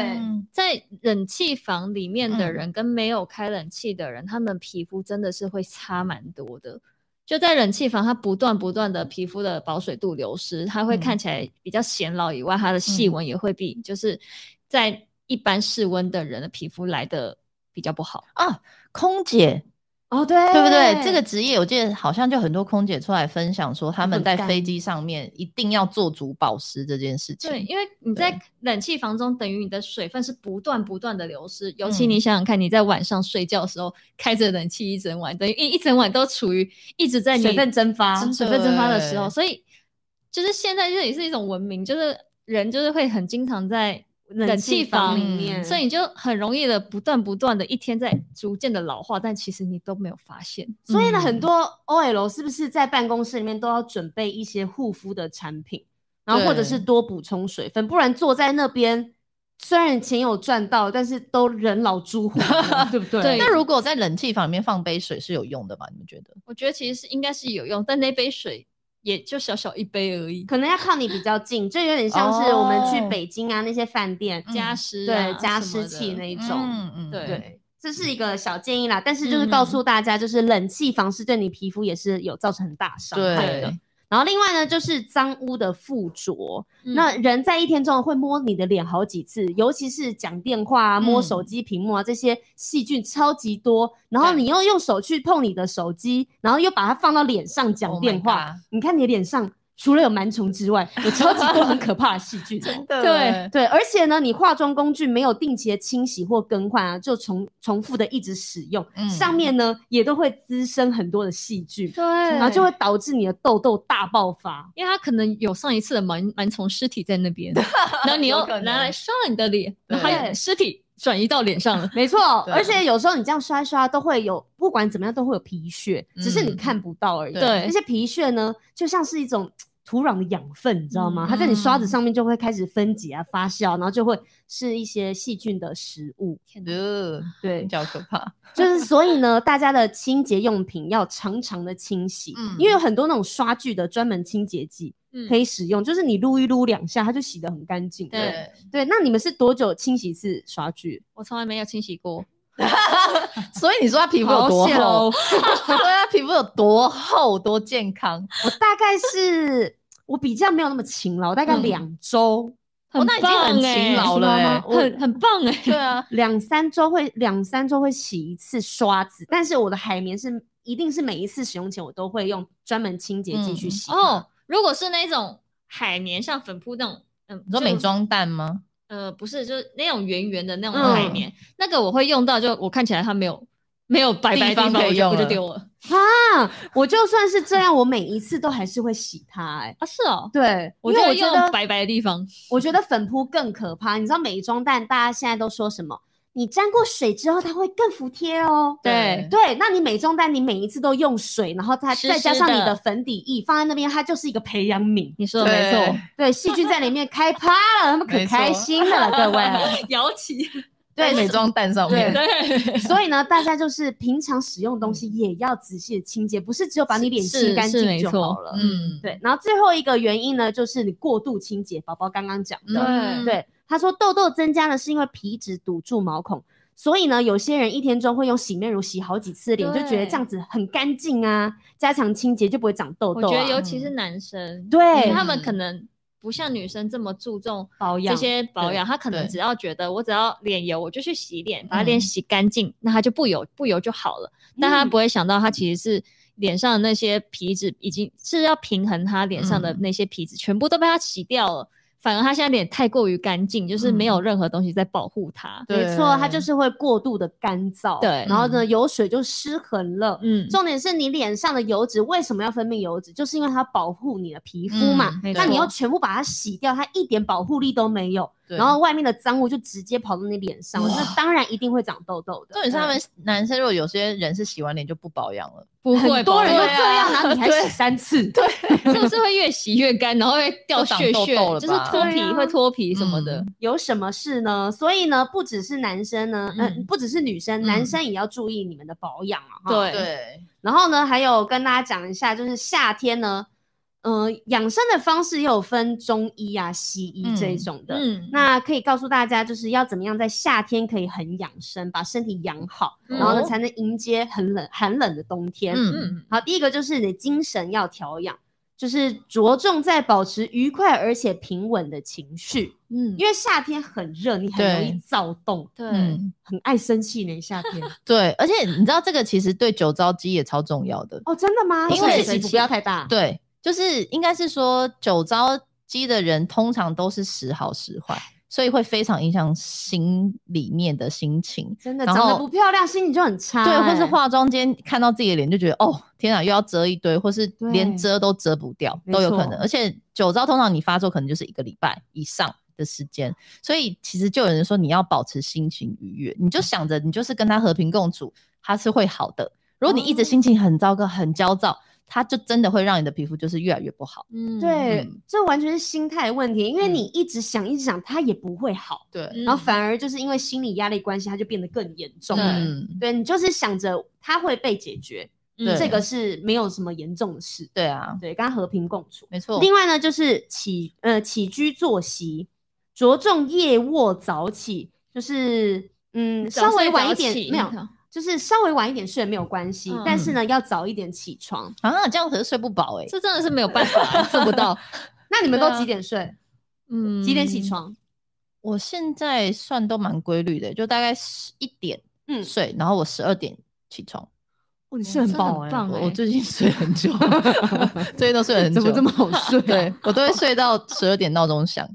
Speaker 1: 在冷气房里面的
Speaker 3: 嗯
Speaker 1: 人跟没有开冷气的人，他们皮肤真的是会差蛮多的。就在冷气房，它不断不断的皮肤的保水度流失，它会
Speaker 3: 嗯
Speaker 1: 看起来比较显老以外，它的细
Speaker 3: 嗯
Speaker 1: 纹也会比就是在一般室温的人的皮肤来的比较不好。
Speaker 3: 空姐，
Speaker 2: 哦，对，
Speaker 3: 对不对？这个职业我记得好像就很多空姐出来分享说，他们
Speaker 2: 很
Speaker 3: 在
Speaker 2: 干
Speaker 3: 飞机上面一定要做足保湿这件事情。
Speaker 1: 对，因为你在
Speaker 3: 对
Speaker 1: 冷气房中，等于你的水分是不断不断的流失。尤其
Speaker 3: 嗯
Speaker 1: 你想想看，你在晚上睡觉的时候开着冷气一整晚，等于一一整晚都处于一直在你
Speaker 2: 水分蒸发，
Speaker 1: 蒸水分蒸发的时候，
Speaker 3: 对
Speaker 1: 所以就是现在这也是一种文明，就是人就是会很经常在冷气房
Speaker 2: 里
Speaker 1: 里，
Speaker 3: 嗯
Speaker 2: 面，
Speaker 1: 所以你就很容易的不断不断的一天在逐渐的老化，但其实你都没有发现。
Speaker 2: 所以呢，
Speaker 3: 嗯
Speaker 2: 很多 OL 是不是在办公室里面都要准备一些护肤的产品，然后或者是
Speaker 3: 对
Speaker 2: 多补充水分，不然坐在那边虽然钱有赚到，但是都人老珠黄了， 对不对？
Speaker 1: 对
Speaker 3: 那如果在冷气房里面放杯水是有用的吗？你们觉得？
Speaker 1: 我觉得其实是应该是有用，但那杯水也就小小一杯而已，
Speaker 2: 可能要靠你比较近，就有点像是我们去
Speaker 3: 哦
Speaker 2: 北京啊那些饭店，
Speaker 3: 嗯
Speaker 1: 加湿啊、
Speaker 2: 对加
Speaker 1: 什么
Speaker 2: 湿器
Speaker 1: 的
Speaker 2: 那一
Speaker 3: 嗯
Speaker 2: 种。
Speaker 3: 嗯
Speaker 1: 对
Speaker 2: 对，这是一个小建议啦，但是就是告诉大家，就是冷气房是对你皮肤也是有造成很大伤害的
Speaker 3: 对。
Speaker 2: 然后另外呢，就是脏污的附着。
Speaker 1: 嗯
Speaker 2: 那人在一天中会摸你的脸好几次，尤其是讲电话啊、摸
Speaker 3: 嗯
Speaker 2: 手机屏幕啊，这些细菌超级多。然后
Speaker 3: 对
Speaker 2: 你又用手去碰你的手机，然后又把它放到脸上讲
Speaker 3: Oh my
Speaker 2: 电话
Speaker 3: God
Speaker 2: 你看你脸上除了有螨虫之 外，有超级多很可怕的细菌、哦。对
Speaker 3: 的对，
Speaker 2: 对，而且呢，你化妆工具没有定期的清洗或更换啊，就重重复的一直使用，
Speaker 3: 嗯
Speaker 2: 上面呢也都会滋生很多的细菌，
Speaker 1: 对，
Speaker 2: 然后就会导致你的痘痘大爆发。
Speaker 1: 因为他可能有上一次的螨螨虫尸体在那边，然后你
Speaker 3: 有
Speaker 1: 又
Speaker 3: 可能
Speaker 1: 拿来刷了你的脸，然后还
Speaker 2: 对。
Speaker 1: 有尸体转移到脸上了
Speaker 2: 没错，
Speaker 3: 对
Speaker 2: 而且有时候你这样刷一刷都会有，不管怎么样都会有皮屑，只是你
Speaker 3: 嗯
Speaker 2: 看不到而已。
Speaker 3: 对
Speaker 2: 那些皮屑呢，就像是一种土壤的养分，你知道吗？它在你刷
Speaker 3: 嗯
Speaker 2: 子上面就会开始分解啊、发酵，然后就会是一些细菌的食物。
Speaker 3: 呃，
Speaker 2: 对
Speaker 3: 比，较可怕。
Speaker 2: 就是所以呢，大家的清洁用品要常常的清洗，
Speaker 3: 嗯
Speaker 2: 因为有很多那种刷具的专门清洁剂
Speaker 1: 嗯
Speaker 2: 可以使用，就是你撸一撸两下，它就洗得很干净了。
Speaker 1: 对，
Speaker 2: 对，那你们是多久清洗一次刷具？
Speaker 1: 我从来没有清洗过，
Speaker 3: 所以你说他皮肤有多
Speaker 2: 好险
Speaker 3: 厚
Speaker 2: 哦？
Speaker 3: 对啊，皮肤有多厚，多健康？
Speaker 2: 我大概是我比较没有那么勤劳，大概
Speaker 3: 嗯
Speaker 2: 两周、
Speaker 3: 哦那已经
Speaker 1: 棒
Speaker 3: 很
Speaker 1: 欸
Speaker 3: 勤劳了欸
Speaker 1: 是吗很很棒哎、
Speaker 3: 对啊，
Speaker 2: 两三周会两三周会洗一次刷子，但是我的海绵是一定是每一次使用前我都会用专门清洁剂去
Speaker 3: 嗯
Speaker 2: 洗。
Speaker 1: 哦，如果是那种海绵像粉扑那种，嗯，
Speaker 3: 你说
Speaker 1: 就
Speaker 3: 美妆蛋吗？
Speaker 1: 呃，不是，就是那种圆圆的那种
Speaker 2: 嗯
Speaker 1: 海绵，那个我会用到，就我看起来它没有没有白白的
Speaker 3: 地方可
Speaker 1: 我
Speaker 3: 以
Speaker 1: 就
Speaker 3: 用
Speaker 1: 我就
Speaker 3: 了
Speaker 1: 丢了
Speaker 2: 啊，我就算是这样，我每一次都还是会洗它、欸。
Speaker 1: 啊，是哦，
Speaker 2: 对，
Speaker 1: 我
Speaker 2: 因
Speaker 1: 就
Speaker 2: 为我觉
Speaker 1: 用
Speaker 2: 得
Speaker 1: 白白的地方，
Speaker 2: 我觉得粉扑更可怕。你知道美妆蛋，大家现在都说什么？你沾过水之后，它会更服帖哦。
Speaker 1: 对
Speaker 2: 对，那你美妆蛋，你每一次都用水，然后它
Speaker 1: 湿
Speaker 2: 再加
Speaker 1: 湿
Speaker 2: 上你
Speaker 1: 的
Speaker 2: 的粉底液放在那边，它就是一个培养皿。
Speaker 1: 你说的没错，
Speaker 2: 对，细菌在里面开趴了，他们可
Speaker 3: 没错
Speaker 2: 开心了，各位。
Speaker 1: 摇起，
Speaker 3: 在
Speaker 2: 对，
Speaker 3: 美妆蛋上面。啊
Speaker 1: 对，
Speaker 2: 所以呢，大家就是平常使用东西也要仔细的清洁，不是只有把你脸
Speaker 1: 是
Speaker 2: 清干
Speaker 1: 是
Speaker 2: 净
Speaker 1: 没
Speaker 2: 就
Speaker 1: 错
Speaker 2: 好了。
Speaker 3: 嗯，
Speaker 2: 对，然后最后一个原因呢，就是你过度清洁。宝宝刚刚讲的，
Speaker 3: 嗯
Speaker 2: 对，他说痘痘增加呢是因为皮脂堵住毛孔，所以呢，有些人一天中会用洗面乳洗好几次脸，就觉
Speaker 1: 对
Speaker 2: 得这样子很干净啊，加强清洁就不会长痘
Speaker 1: 我
Speaker 2: 痘、啊。
Speaker 1: 觉得尤其是男生，
Speaker 2: 对
Speaker 1: 他们可能不像女生这么注重
Speaker 2: 保
Speaker 1: 这
Speaker 2: 养
Speaker 1: 些保养，他可能
Speaker 3: 对
Speaker 1: 只要觉得我只要脸油，我就去洗脸，把脸
Speaker 3: 嗯
Speaker 1: 洗干净，那他就不油不油就好了。但他
Speaker 2: 嗯
Speaker 1: 不会想到，他其实是脸上的那些皮脂已经是要平衡他脸上的
Speaker 3: 嗯
Speaker 1: 那些皮脂，全部都被他洗掉了。反而他现在脸太过于干净，就是没有任何东西在保护他。
Speaker 2: 没错，它就
Speaker 3: 对
Speaker 2: 是会过度的干燥，
Speaker 1: 对
Speaker 2: 然后呢，油水就失衡了。
Speaker 1: 嗯，
Speaker 2: 重点是你脸上的油脂为什么要分泌油脂？就是因为它保护你的皮肤嘛。
Speaker 3: 嗯
Speaker 1: 没
Speaker 2: 那你
Speaker 1: 错
Speaker 2: 要全部把它洗掉，它一点保护力都没有，
Speaker 3: 对
Speaker 2: 然后外面的脏物就直接跑到你脸上，
Speaker 3: 哇
Speaker 2: 那当然一定会长痘痘的。
Speaker 3: 重点是他们男生，如果有些人是洗完脸就不保养了，
Speaker 1: 不会
Speaker 2: 很多
Speaker 1: 吧
Speaker 2: 人都
Speaker 3: 对
Speaker 2: 这
Speaker 3: 啊
Speaker 2: 样，然后你还
Speaker 3: 对
Speaker 2: 洗三次，对，
Speaker 1: 是不是会越洗越干，然后会掉
Speaker 3: 就长
Speaker 1: 屑
Speaker 3: 痘
Speaker 1: 屑，
Speaker 3: 痘了
Speaker 1: 就是
Speaker 3: 吧
Speaker 1: 脱皮、
Speaker 2: 对啊
Speaker 1: 会脱皮什么的。
Speaker 3: 嗯
Speaker 2: 有什么事呢？所以呢，不只是男生呢，嗯、
Speaker 3: 嗯
Speaker 2: 不只是女生，
Speaker 3: 嗯
Speaker 2: 男生也要注意你们的保养啊。哈
Speaker 1: 对
Speaker 3: 对，
Speaker 2: 然后呢，还有跟大家讲一下，就是夏天呢，呃，养生的方式也有分中医啊、西医这一
Speaker 3: 嗯
Speaker 2: 种的。
Speaker 1: 嗯，
Speaker 2: 那可以告诉大家，就是要怎么样在夏天可以很养生，把身体养好，
Speaker 1: 嗯
Speaker 2: 然后呢
Speaker 3: 哦
Speaker 2: 才能迎接很冷寒冷的冬天。
Speaker 3: 嗯，
Speaker 1: 嗯，
Speaker 2: 好，第一个就是你的精神要调养，就是着重在保持愉快而且平稳的情绪，
Speaker 1: 嗯，
Speaker 2: 因为夏天很热，你很容易
Speaker 3: 对
Speaker 2: 躁动，
Speaker 1: 对，
Speaker 3: 嗯，
Speaker 2: 很爱生气呢。夏天
Speaker 3: 对，而且你知道这个其实对酒糟肌也超重要的，
Speaker 2: 哦，真的吗？
Speaker 3: 因
Speaker 2: 所以
Speaker 3: 为
Speaker 2: 起伏不要太大。
Speaker 3: 对，就是应该是说酒糟肌的人通常都是时好时坏，所以会非常影响心里面的心情。
Speaker 2: 真的
Speaker 3: 然
Speaker 2: 长得
Speaker 3: 后
Speaker 2: 不漂亮，心情就很差、
Speaker 3: 对，或是
Speaker 2: 欸
Speaker 3: 化妆间看到自己的脸就觉得哦，天啊，又要遮一堆，或是
Speaker 2: 对
Speaker 3: 连遮都遮不掉，
Speaker 2: 没
Speaker 3: 都有可
Speaker 2: 错
Speaker 3: 能。而且酒糟通常你发作可能就是一个礼拜以上的时间，所以其实就有人说你要保持心情愉悦，
Speaker 2: 嗯
Speaker 3: 你就想着你就是跟他和平共处，他是会好的。如果你一
Speaker 2: 哦
Speaker 3: 直心情很糟糕、很焦躁，它就真的会让你的皮肤就是越来越不好。
Speaker 1: 嗯，
Speaker 2: 对
Speaker 3: 嗯，
Speaker 2: 这完全是心态的问题，因为
Speaker 3: 嗯
Speaker 2: 你一直想，一直想，它也不会好，
Speaker 3: 对，
Speaker 1: 嗯
Speaker 2: 然后反而就是因为心理压力关系，它就变得更严重
Speaker 1: 对
Speaker 2: 了。
Speaker 3: 嗯，
Speaker 2: 对你就是想着它会被解决，
Speaker 1: 嗯
Speaker 2: 这个是没有什么严重的事。
Speaker 3: 对啊，
Speaker 2: 对，跟它和平共处。
Speaker 3: 没错。
Speaker 2: 另外呢，就是起呃起居作息，着重夜卧早起，就是嗯，
Speaker 1: 早
Speaker 2: 稍微
Speaker 1: 睡
Speaker 2: 晚
Speaker 1: 早
Speaker 2: 一点
Speaker 1: 起
Speaker 2: 没有，就是稍微晚一点睡没有关系，
Speaker 1: 嗯
Speaker 2: 但是呢，要早一点起床。
Speaker 3: 啊，这样可是睡不饱哎、
Speaker 1: 这真的是没有办 法做不到。
Speaker 2: 那你们
Speaker 1: 对
Speaker 2: 都
Speaker 1: 啊
Speaker 2: 几点睡？
Speaker 1: 嗯，
Speaker 2: 几点起？床？
Speaker 3: 我现在算都蛮规律的，就大概十一点
Speaker 2: 嗯，
Speaker 3: 睡，然后我十二点起床。
Speaker 2: 哦，你
Speaker 1: 睡很饱欸棒
Speaker 3: 我
Speaker 1: 哎
Speaker 3: 我最近睡很久，最近都睡很 久，
Speaker 2: 怎么 这么好睡、啊
Speaker 3: 对，我都会睡到十二点闹钟响。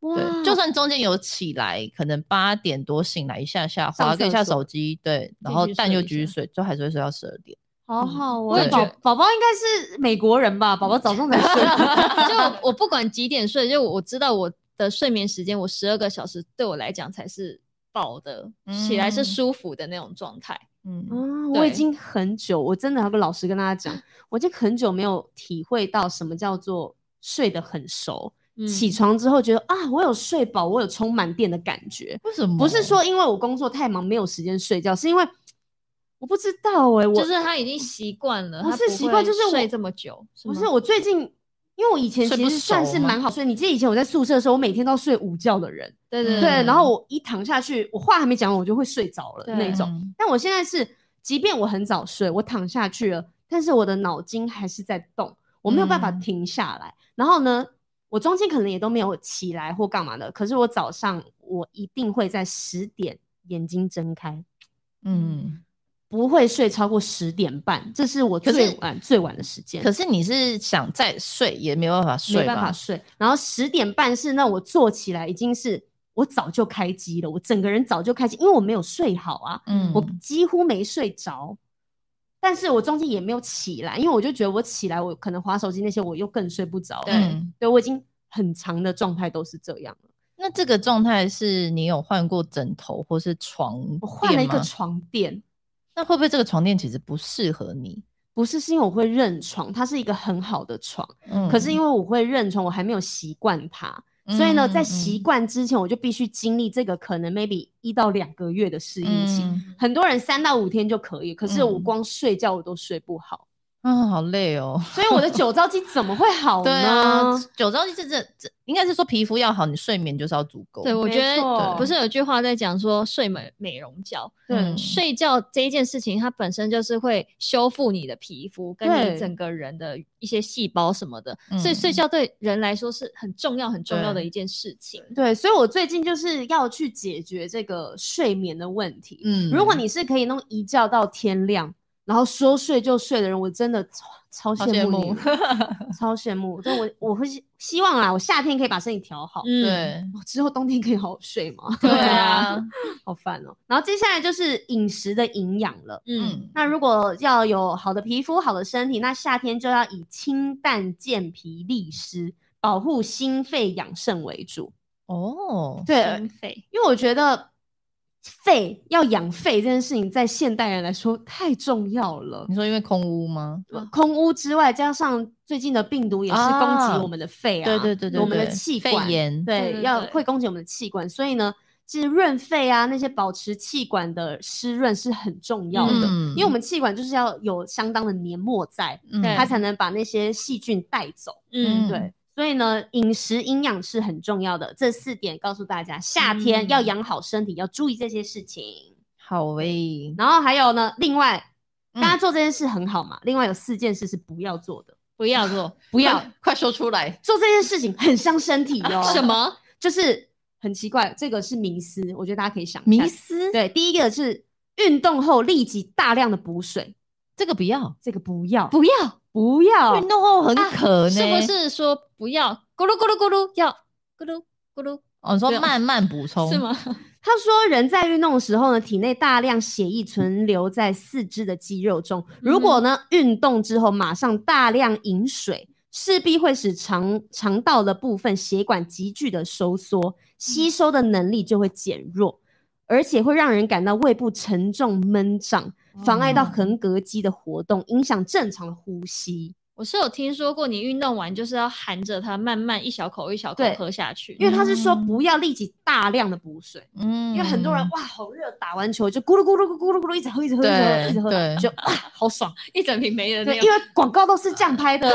Speaker 2: 哇，
Speaker 3: 对，就算中间有起来，可能八点多醒来一下下，
Speaker 2: 上
Speaker 3: 划个一下
Speaker 2: 厕所
Speaker 3: 手机，对，然
Speaker 1: 继
Speaker 3: 后
Speaker 1: 续
Speaker 3: 但
Speaker 1: 睡
Speaker 3: 又
Speaker 1: 一
Speaker 3: 继续
Speaker 1: 下
Speaker 3: 睡，就还是会睡到十二点。
Speaker 2: 好
Speaker 3: 嗯
Speaker 2: 好哦。
Speaker 3: 对
Speaker 2: 宝宝宝应该是美国人吧？宝宝早上 才睡。
Speaker 1: 就我我不管几点睡，就我知道我的睡眠时间，我十二个小时对我来讲才是饱的，起来是
Speaker 3: 嗯
Speaker 1: 舒服的那种状态。
Speaker 3: 嗯，
Speaker 2: 啊，我已
Speaker 1: 对
Speaker 2: 经很久，我真的要跟老师跟大家讲，我已经很久没有体会到什么叫做睡得很熟，
Speaker 1: 嗯
Speaker 2: 起床之后觉得啊，我有睡饱，我有充满电的感觉。
Speaker 3: 为什么？
Speaker 2: 不
Speaker 1: 哦
Speaker 2: 是说因为我工作太忙没有时间睡觉，是因为我不知道哎、我
Speaker 1: 就是他已经习惯了，
Speaker 2: 不
Speaker 1: 他
Speaker 2: 是习惯
Speaker 1: 会
Speaker 2: 就是我
Speaker 1: 睡这么久，
Speaker 2: 不
Speaker 1: 吗
Speaker 2: 是我最近，因为我以前
Speaker 3: 睡
Speaker 2: 其
Speaker 3: 不
Speaker 2: 实算
Speaker 3: 熟
Speaker 2: 是
Speaker 3: 吗
Speaker 2: 蛮好睡。你记得以前我在宿舍的时候，我每天都睡午觉的人，
Speaker 1: 对
Speaker 3: 嗯
Speaker 1: 对
Speaker 2: 对。然后我一躺下去，我话还没讲完，我就会睡着了
Speaker 1: 对
Speaker 2: 那种。
Speaker 3: 嗯
Speaker 2: 但我现在是，即便我很早睡，我躺下去了，但是我的脑筋还是在动，我没有办法
Speaker 3: 嗯
Speaker 2: 停下来。然后呢，我中间可能也都没有起来或干嘛的，可是我早上我一定会在十点眼睛睁开。
Speaker 3: 嗯，
Speaker 2: 不会睡超过十点半，这是我
Speaker 3: 可是
Speaker 2: 最晚最晚的时间，
Speaker 3: 可是你是想再睡也没有办法睡
Speaker 2: 没办法
Speaker 3: 吧？
Speaker 2: 睡。然后十点半是那我坐起来已经是我早就开机了，我整个人早就开机，因为我没有睡好啊，
Speaker 3: 嗯，
Speaker 2: 我几乎没睡着。但是我中间也没有起来，因为我就觉得我起来，我可能划手机那些，我又更睡不着。
Speaker 1: 对
Speaker 3: 嗯
Speaker 2: 对我已经很长的状态都是这样了。
Speaker 3: 那这个状态是你有换过枕头或是床垫吗？
Speaker 2: 我换了一个床垫，
Speaker 3: 那会不会这个床垫其实不适合你？
Speaker 2: 不是是因为我会认床，它是一个很好的床，
Speaker 3: 嗯
Speaker 2: 可是因为我会认床，我还没有习惯它。所以呢，
Speaker 3: 嗯
Speaker 2: 在习
Speaker 3: 习
Speaker 2: 惯之前，我就必须经历这个可能 maybe 一到两个月的适应期。
Speaker 3: 嗯
Speaker 2: 很多人三到五天就可以，可是我
Speaker 3: 嗯
Speaker 2: 光睡觉我都睡不好，
Speaker 3: 啊，好累哦。
Speaker 2: 所以我的酒糟肌怎么会好
Speaker 3: 对啊
Speaker 2: 呢？，
Speaker 3: 酒糟这这这应该是说皮肤要好，你睡眠就是要足够。
Speaker 1: 对，我
Speaker 2: 没
Speaker 1: 觉得
Speaker 2: 错
Speaker 1: 不是有句话在讲说睡美美容觉，
Speaker 3: 嗯
Speaker 1: 睡觉这一件事情，它本身就是会修复你的皮肤跟
Speaker 2: 对
Speaker 1: 你整个人的一些细胞什么的，所以睡
Speaker 3: 嗯
Speaker 1: 觉对人来说是很重要很重要的
Speaker 3: 对
Speaker 1: 一件事情。
Speaker 2: 对，所以我最近就是要去解决这个睡眠的问题。
Speaker 3: 嗯
Speaker 2: 如果你是可以弄一觉到天亮，然后说睡就睡的人，我真的超超
Speaker 3: 好
Speaker 2: 羡
Speaker 3: 羡
Speaker 2: 慕你嗯
Speaker 3: 慕
Speaker 2: 们，超羡慕。但我我会希望啦，我夏天可以把身体调好，
Speaker 1: 嗯，
Speaker 3: 对
Speaker 2: 我之后冬天可以好好睡吗？
Speaker 3: 对啊，
Speaker 2: 好烦哦、然后接下来就是饮食的营养了。
Speaker 1: 嗯，
Speaker 2: 那如果要有好的皮肤、好的身体，那夏天就要以清淡健脾利湿、保护心肺养肾为主。嗯
Speaker 3: 哦，
Speaker 2: 对，
Speaker 1: 心肺
Speaker 2: 因为我觉得肺要养肺这件事情，在现代人来说太重要了
Speaker 3: 你。说因为空屋吗？
Speaker 2: 空污之外，加上最近的病毒也是攻
Speaker 3: 啊
Speaker 2: 击我们的肺啊，
Speaker 3: 对对对对
Speaker 2: 我们的
Speaker 3: 对
Speaker 2: 气
Speaker 3: 肺
Speaker 2: 管
Speaker 3: 炎
Speaker 2: 对，
Speaker 1: 对对
Speaker 2: 要
Speaker 1: 对
Speaker 2: 会攻击我们的气管，所以呢，其实润肺啊，那些保持气管的湿润是很重要的，
Speaker 3: 嗯
Speaker 2: 因为我们气管就是要有相当的黏膜在，
Speaker 3: 嗯
Speaker 1: 对
Speaker 2: 它才能把那些细菌带走。
Speaker 1: 嗯
Speaker 3: 嗯
Speaker 2: 对，所以呢，饮食营养是很重要的，这四点告诉大家，夏天
Speaker 3: 嗯
Speaker 2: 要养好身体，要注意这些事情。
Speaker 3: 好诶，
Speaker 2: 然后还有呢，另外。
Speaker 3: 嗯
Speaker 2: 大家做这件事很好嘛，另外有四件事是不要做的，
Speaker 1: 不要 做
Speaker 2: 不要
Speaker 3: 快说出来。
Speaker 2: 做这件事情很伤身体哦 哟、
Speaker 1: 什？么？
Speaker 2: 就是很奇怪，这个是迷思，我觉得大家可以想一下
Speaker 3: 迷。思，
Speaker 2: 对，第一个是运动后立即大量的补水，
Speaker 3: 这个不要，
Speaker 2: 这个不要，
Speaker 1: 不要，
Speaker 2: 不要，
Speaker 3: 运动后很
Speaker 2: 啊
Speaker 3: 渴呢，
Speaker 1: 是不？是说不要咕噜咕噜咕噜要咕噜咕噜
Speaker 3: 哦，你
Speaker 1: 不
Speaker 3: 说
Speaker 2: 啊
Speaker 1: 要
Speaker 3: 慢慢补充
Speaker 1: 是？吗？
Speaker 2: 他说，人在运动的时候呢，体内大量血液存留在四肢的肌肉中。
Speaker 3: 嗯
Speaker 2: 如果呢，运动之后马上大量饮水，势必会使肠肠道的部分血管急剧的收缩，吸收的能力就会减弱，而且会让人感到胃部沉重闷胀，妨碍到
Speaker 3: 哦
Speaker 2: 横膈肌的活动，影响正常的呼吸。
Speaker 1: 我是有听说过，你运动完就是要含着它，慢慢一小口一小口
Speaker 2: 对
Speaker 1: 喝下去，
Speaker 2: 因为他是说
Speaker 3: 嗯
Speaker 2: 不要立即大量的补水。
Speaker 3: 嗯
Speaker 2: 因为很多人哇好热，打完球就咕噜咕噜咕噜咕噜咕噜一直喝一直喝一直喝
Speaker 3: 对
Speaker 2: 一直喝，
Speaker 3: 对
Speaker 2: 就啊好爽。
Speaker 1: 嗯一整瓶没了那
Speaker 2: 对，
Speaker 1: 样
Speaker 2: 因。为广告都是这样拍的，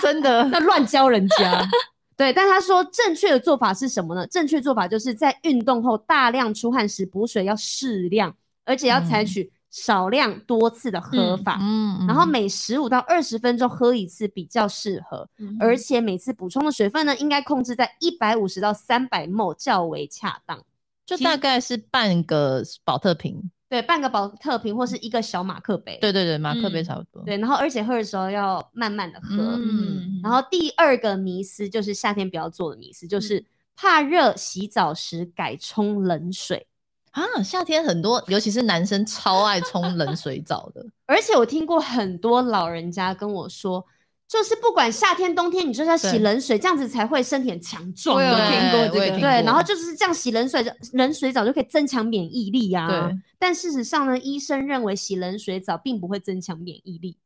Speaker 3: 真的
Speaker 2: 那乱教人家。对，但他说正确的做法是什么呢？正确做法就是在运动后大量出汗时补水要适量，而且要采
Speaker 3: 嗯
Speaker 2: 取少量多次的喝
Speaker 1: 嗯
Speaker 2: 法。
Speaker 3: 嗯
Speaker 2: 然后每十五到二十分钟喝一次比较适合，
Speaker 1: 嗯
Speaker 2: 而且每次补充的水分呢，应该控制在一百五十到三百 ml 较为恰当。
Speaker 3: 就
Speaker 2: 其
Speaker 3: 大
Speaker 2: 实
Speaker 3: 概是半个保特瓶，
Speaker 2: 对，半个保特瓶或是一个小马克杯。
Speaker 3: 对对对，马克杯
Speaker 1: 嗯
Speaker 3: 差不多。
Speaker 2: 对，然后而且喝的时候要慢慢的喝。
Speaker 3: 嗯
Speaker 2: 然后第二个迷思就是夏天不要做的迷思，就是怕热，洗澡时改冲冷水。
Speaker 3: 啊，夏天很多，尤其是男生超爱冲冷水澡的。
Speaker 2: 而且我听过很多老人家跟我说，就是不管夏天冬天，你就是要洗
Speaker 3: 对
Speaker 2: 冷水，这样子才会身体很强壮。
Speaker 1: 我有
Speaker 2: 对
Speaker 1: 听过这
Speaker 3: 我也
Speaker 1: 个
Speaker 3: 听
Speaker 2: 对，然后
Speaker 3: 过
Speaker 2: 就是这样洗冷水，冷水澡就可以增强免疫力啊。
Speaker 3: 对，
Speaker 2: 但事实上呢，医生认为洗冷水澡并不会增强免疫力，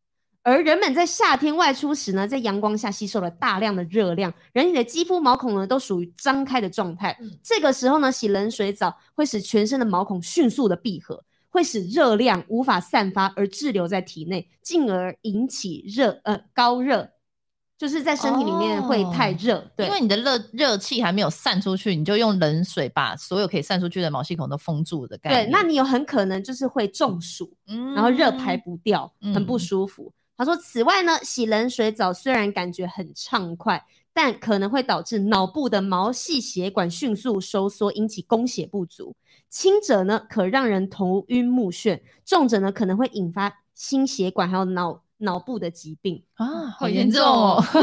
Speaker 2: 而人们在夏天外出时呢，在阳光下吸收了大量的热量，人体的肌肤毛孔呢都属于张开的状态。
Speaker 1: 嗯
Speaker 2: 这个时候呢，洗冷水澡会使全身的毛孔迅速的闭合。会使热量无法散发而滞留在体内，进而引起热呃高热，就是在身体里面会太
Speaker 3: 哦
Speaker 2: 热。对，
Speaker 3: 因为你的热热气还没有散出去，你就用冷水把所有可以散出去的毛细孔都封住的概
Speaker 2: 对
Speaker 3: 念。，
Speaker 2: 那你有很可能就是会中暑，
Speaker 3: 嗯
Speaker 2: 然后热排不掉，很不
Speaker 3: 嗯
Speaker 2: 舒服。他说，此外呢，洗冷水澡虽然感觉很畅快，但可能会导致脑部的毛细血管迅速收缩，引起供血不足。轻者呢，可让人头晕目眩；重者呢，可能会引发心血管还有脑脑部的疾病。
Speaker 3: 啊，好
Speaker 1: 好
Speaker 3: 严
Speaker 1: 严
Speaker 3: 重
Speaker 1: 重
Speaker 3: 哦
Speaker 1: 哦。
Speaker 2: 对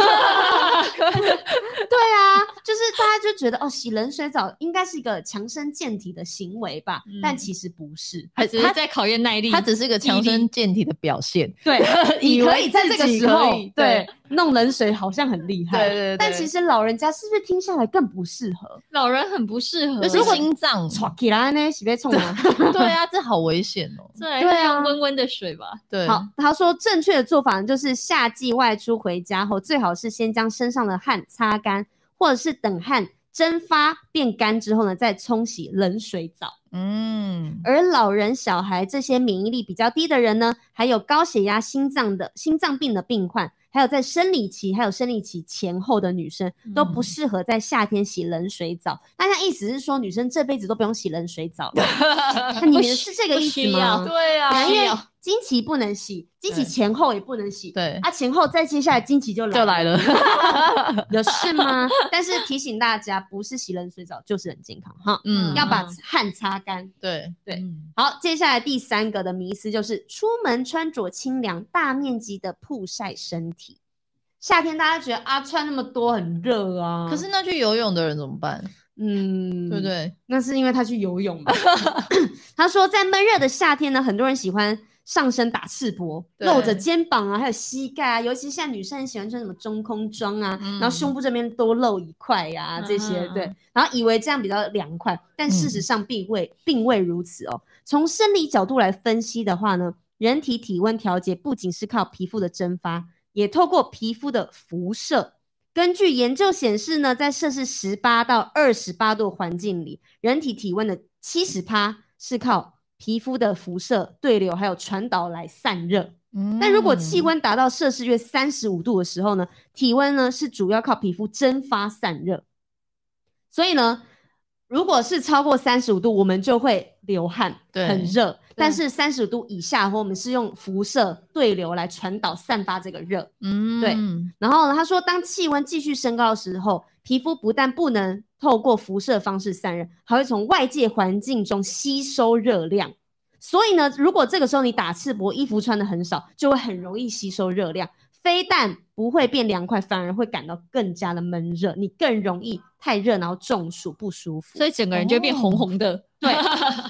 Speaker 2: 啊，就是大家就觉得哦，洗冷水澡应该是一个强身健体的行为吧，但
Speaker 1: 嗯
Speaker 2: 其实不是。
Speaker 1: 还只
Speaker 3: 他
Speaker 1: 是在考验耐力，，
Speaker 3: 它只是一个强身健体的表现。
Speaker 2: 对以
Speaker 1: 以
Speaker 2: 为
Speaker 1: 为
Speaker 2: 你在
Speaker 1: 自
Speaker 2: 这个
Speaker 1: 己
Speaker 2: 时
Speaker 1: 可
Speaker 2: 候
Speaker 1: 以
Speaker 2: 对弄冷水好像很厉害，
Speaker 3: 对对
Speaker 2: 但
Speaker 3: 对
Speaker 2: 其实老人家是不是听下来更不适合？
Speaker 1: 老人很不适
Speaker 2: 呃
Speaker 1: 合，
Speaker 3: 就是心脏，
Speaker 2: 吵起来呢，洗被冲啊。
Speaker 3: 对啊，这好危险 哦。
Speaker 1: 对
Speaker 2: 对啊
Speaker 1: 用温温的水吧，
Speaker 3: 对，
Speaker 2: 好，他说正确的做法呢就是夏季外出回家后，最好是先将身上的汗擦干，或者是等汗蒸发变干之后呢，再冲洗冷水澡。
Speaker 3: 嗯，
Speaker 2: 而老人、小孩这些免疫力比较低的人呢，还有高血压、心脏的心脏病的病患，还有在生理期、还有生理期前后的女生，都不
Speaker 3: 嗯
Speaker 2: 适合在夏天洗冷水澡。那他意思是说，女生这辈子都不用洗冷水澡了？那
Speaker 1: 不
Speaker 2: 你们
Speaker 1: 需
Speaker 2: 是这个
Speaker 1: 不
Speaker 2: 意思
Speaker 1: 需要
Speaker 2: 吗？
Speaker 1: 对啊，
Speaker 2: 因为
Speaker 1: 需要
Speaker 2: 经期不能洗，经期
Speaker 3: 对
Speaker 2: 前后也不能洗。
Speaker 3: 对，
Speaker 2: 啊，前后再接下来经期就来
Speaker 3: 就来了。
Speaker 2: 有事吗？ 但是提醒大家，不是洗冷水澡就是很健康哈，
Speaker 3: 嗯，
Speaker 2: 要把
Speaker 1: 嗯
Speaker 2: 汗擦干。
Speaker 3: 对
Speaker 2: 对
Speaker 3: 嗯
Speaker 2: 好，接下来第三个的迷思就是出门穿着清凉，大面积的曝晒身体。夏天大家觉得啊，穿那么多很热啊，
Speaker 3: 可是那去游泳的人怎么办？
Speaker 2: 嗯，
Speaker 3: 对不？对？
Speaker 2: 那是因为他去游泳 嘛。他说，在闷热的夏天呢，很多人喜欢上身打赤膊，
Speaker 3: 对
Speaker 2: 露着肩膀啊，还有膝盖啊，尤其现在女生很喜欢穿什么中空装啊，
Speaker 3: 嗯
Speaker 2: 然后胸部这边多露一块呀、这些
Speaker 1: 嗯嗯
Speaker 2: 对
Speaker 1: 嗯，
Speaker 2: 然后以为这样比较凉快，但事实上并未、并未如此哦。从生理角度来分析的话呢，人体体温调节不仅是靠皮肤的蒸发，也透过皮肤的辐射。根据研究显示呢，在摄氏十八到二十八度环境里，人体体温的七十趴是靠皮肤的辐射、对流还有传导来散热。但如果气
Speaker 3: 嗯
Speaker 2: 温达到摄氏约三十五度的时候呢，体温呢是主要靠皮肤蒸发散热。所以呢，如果是超过三十五度，我们就会流汗，
Speaker 3: 对
Speaker 2: 很热。但是三十五度以下的话，我们是用辐射对流来传导散发这个热。
Speaker 3: 嗯
Speaker 2: 对然后呢，他说，当气温继续升高的时候，皮肤不但不能透过辐射方式散热，还会从外界环境中吸收热量。所以呢，如果这个时候你打赤膊，衣服穿的很少，就会很容易吸收热量，非但不会变凉快，反而会感到更加的闷热，你更容易太热，然后中暑不舒服。
Speaker 1: 所以整个人就会变红红的，
Speaker 2: 对，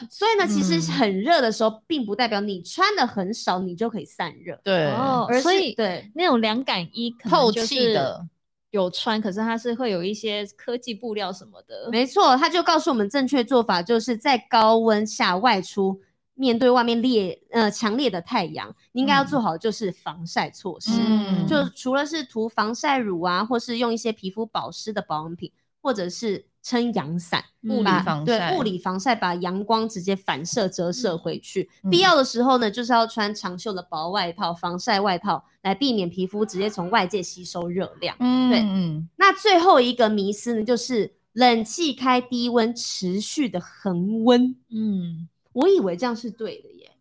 Speaker 2: 所以呢，其实
Speaker 3: 嗯
Speaker 2: 很热的时候，并不代表你穿的很少，你就可以散热，
Speaker 3: 对
Speaker 1: 哦
Speaker 2: 而是
Speaker 1: 所以
Speaker 2: 对。
Speaker 1: 那种凉感衣可能
Speaker 3: 透
Speaker 1: 就是
Speaker 3: 气的
Speaker 1: 有穿，可是它是会有一些科技布料什么
Speaker 3: 嗯
Speaker 1: 的，
Speaker 2: 没错，他就告诉我们正确做法就是在高温下外出，面对外面烈呃强烈的太阳，你应
Speaker 3: 嗯
Speaker 2: 该要做好就是防晒措施，
Speaker 1: 嗯
Speaker 2: 就除了是涂防晒乳啊，或是用一些皮肤保湿的保养品，或者是撑阳伞，
Speaker 3: 嗯物理
Speaker 2: 把
Speaker 3: 防晒
Speaker 2: 对物理防晒把阳光直接反射折射回去。
Speaker 3: 嗯
Speaker 2: 必要的时候呢，就是要穿长袖的薄外套、防晒外套来避免皮肤直接从外界吸收热量。
Speaker 3: 嗯
Speaker 2: 对
Speaker 3: 嗯，
Speaker 2: 那最后一个迷思呢，就是冷气开低温，持续的恒温。
Speaker 1: 嗯，
Speaker 2: 我以为这样是对的耶。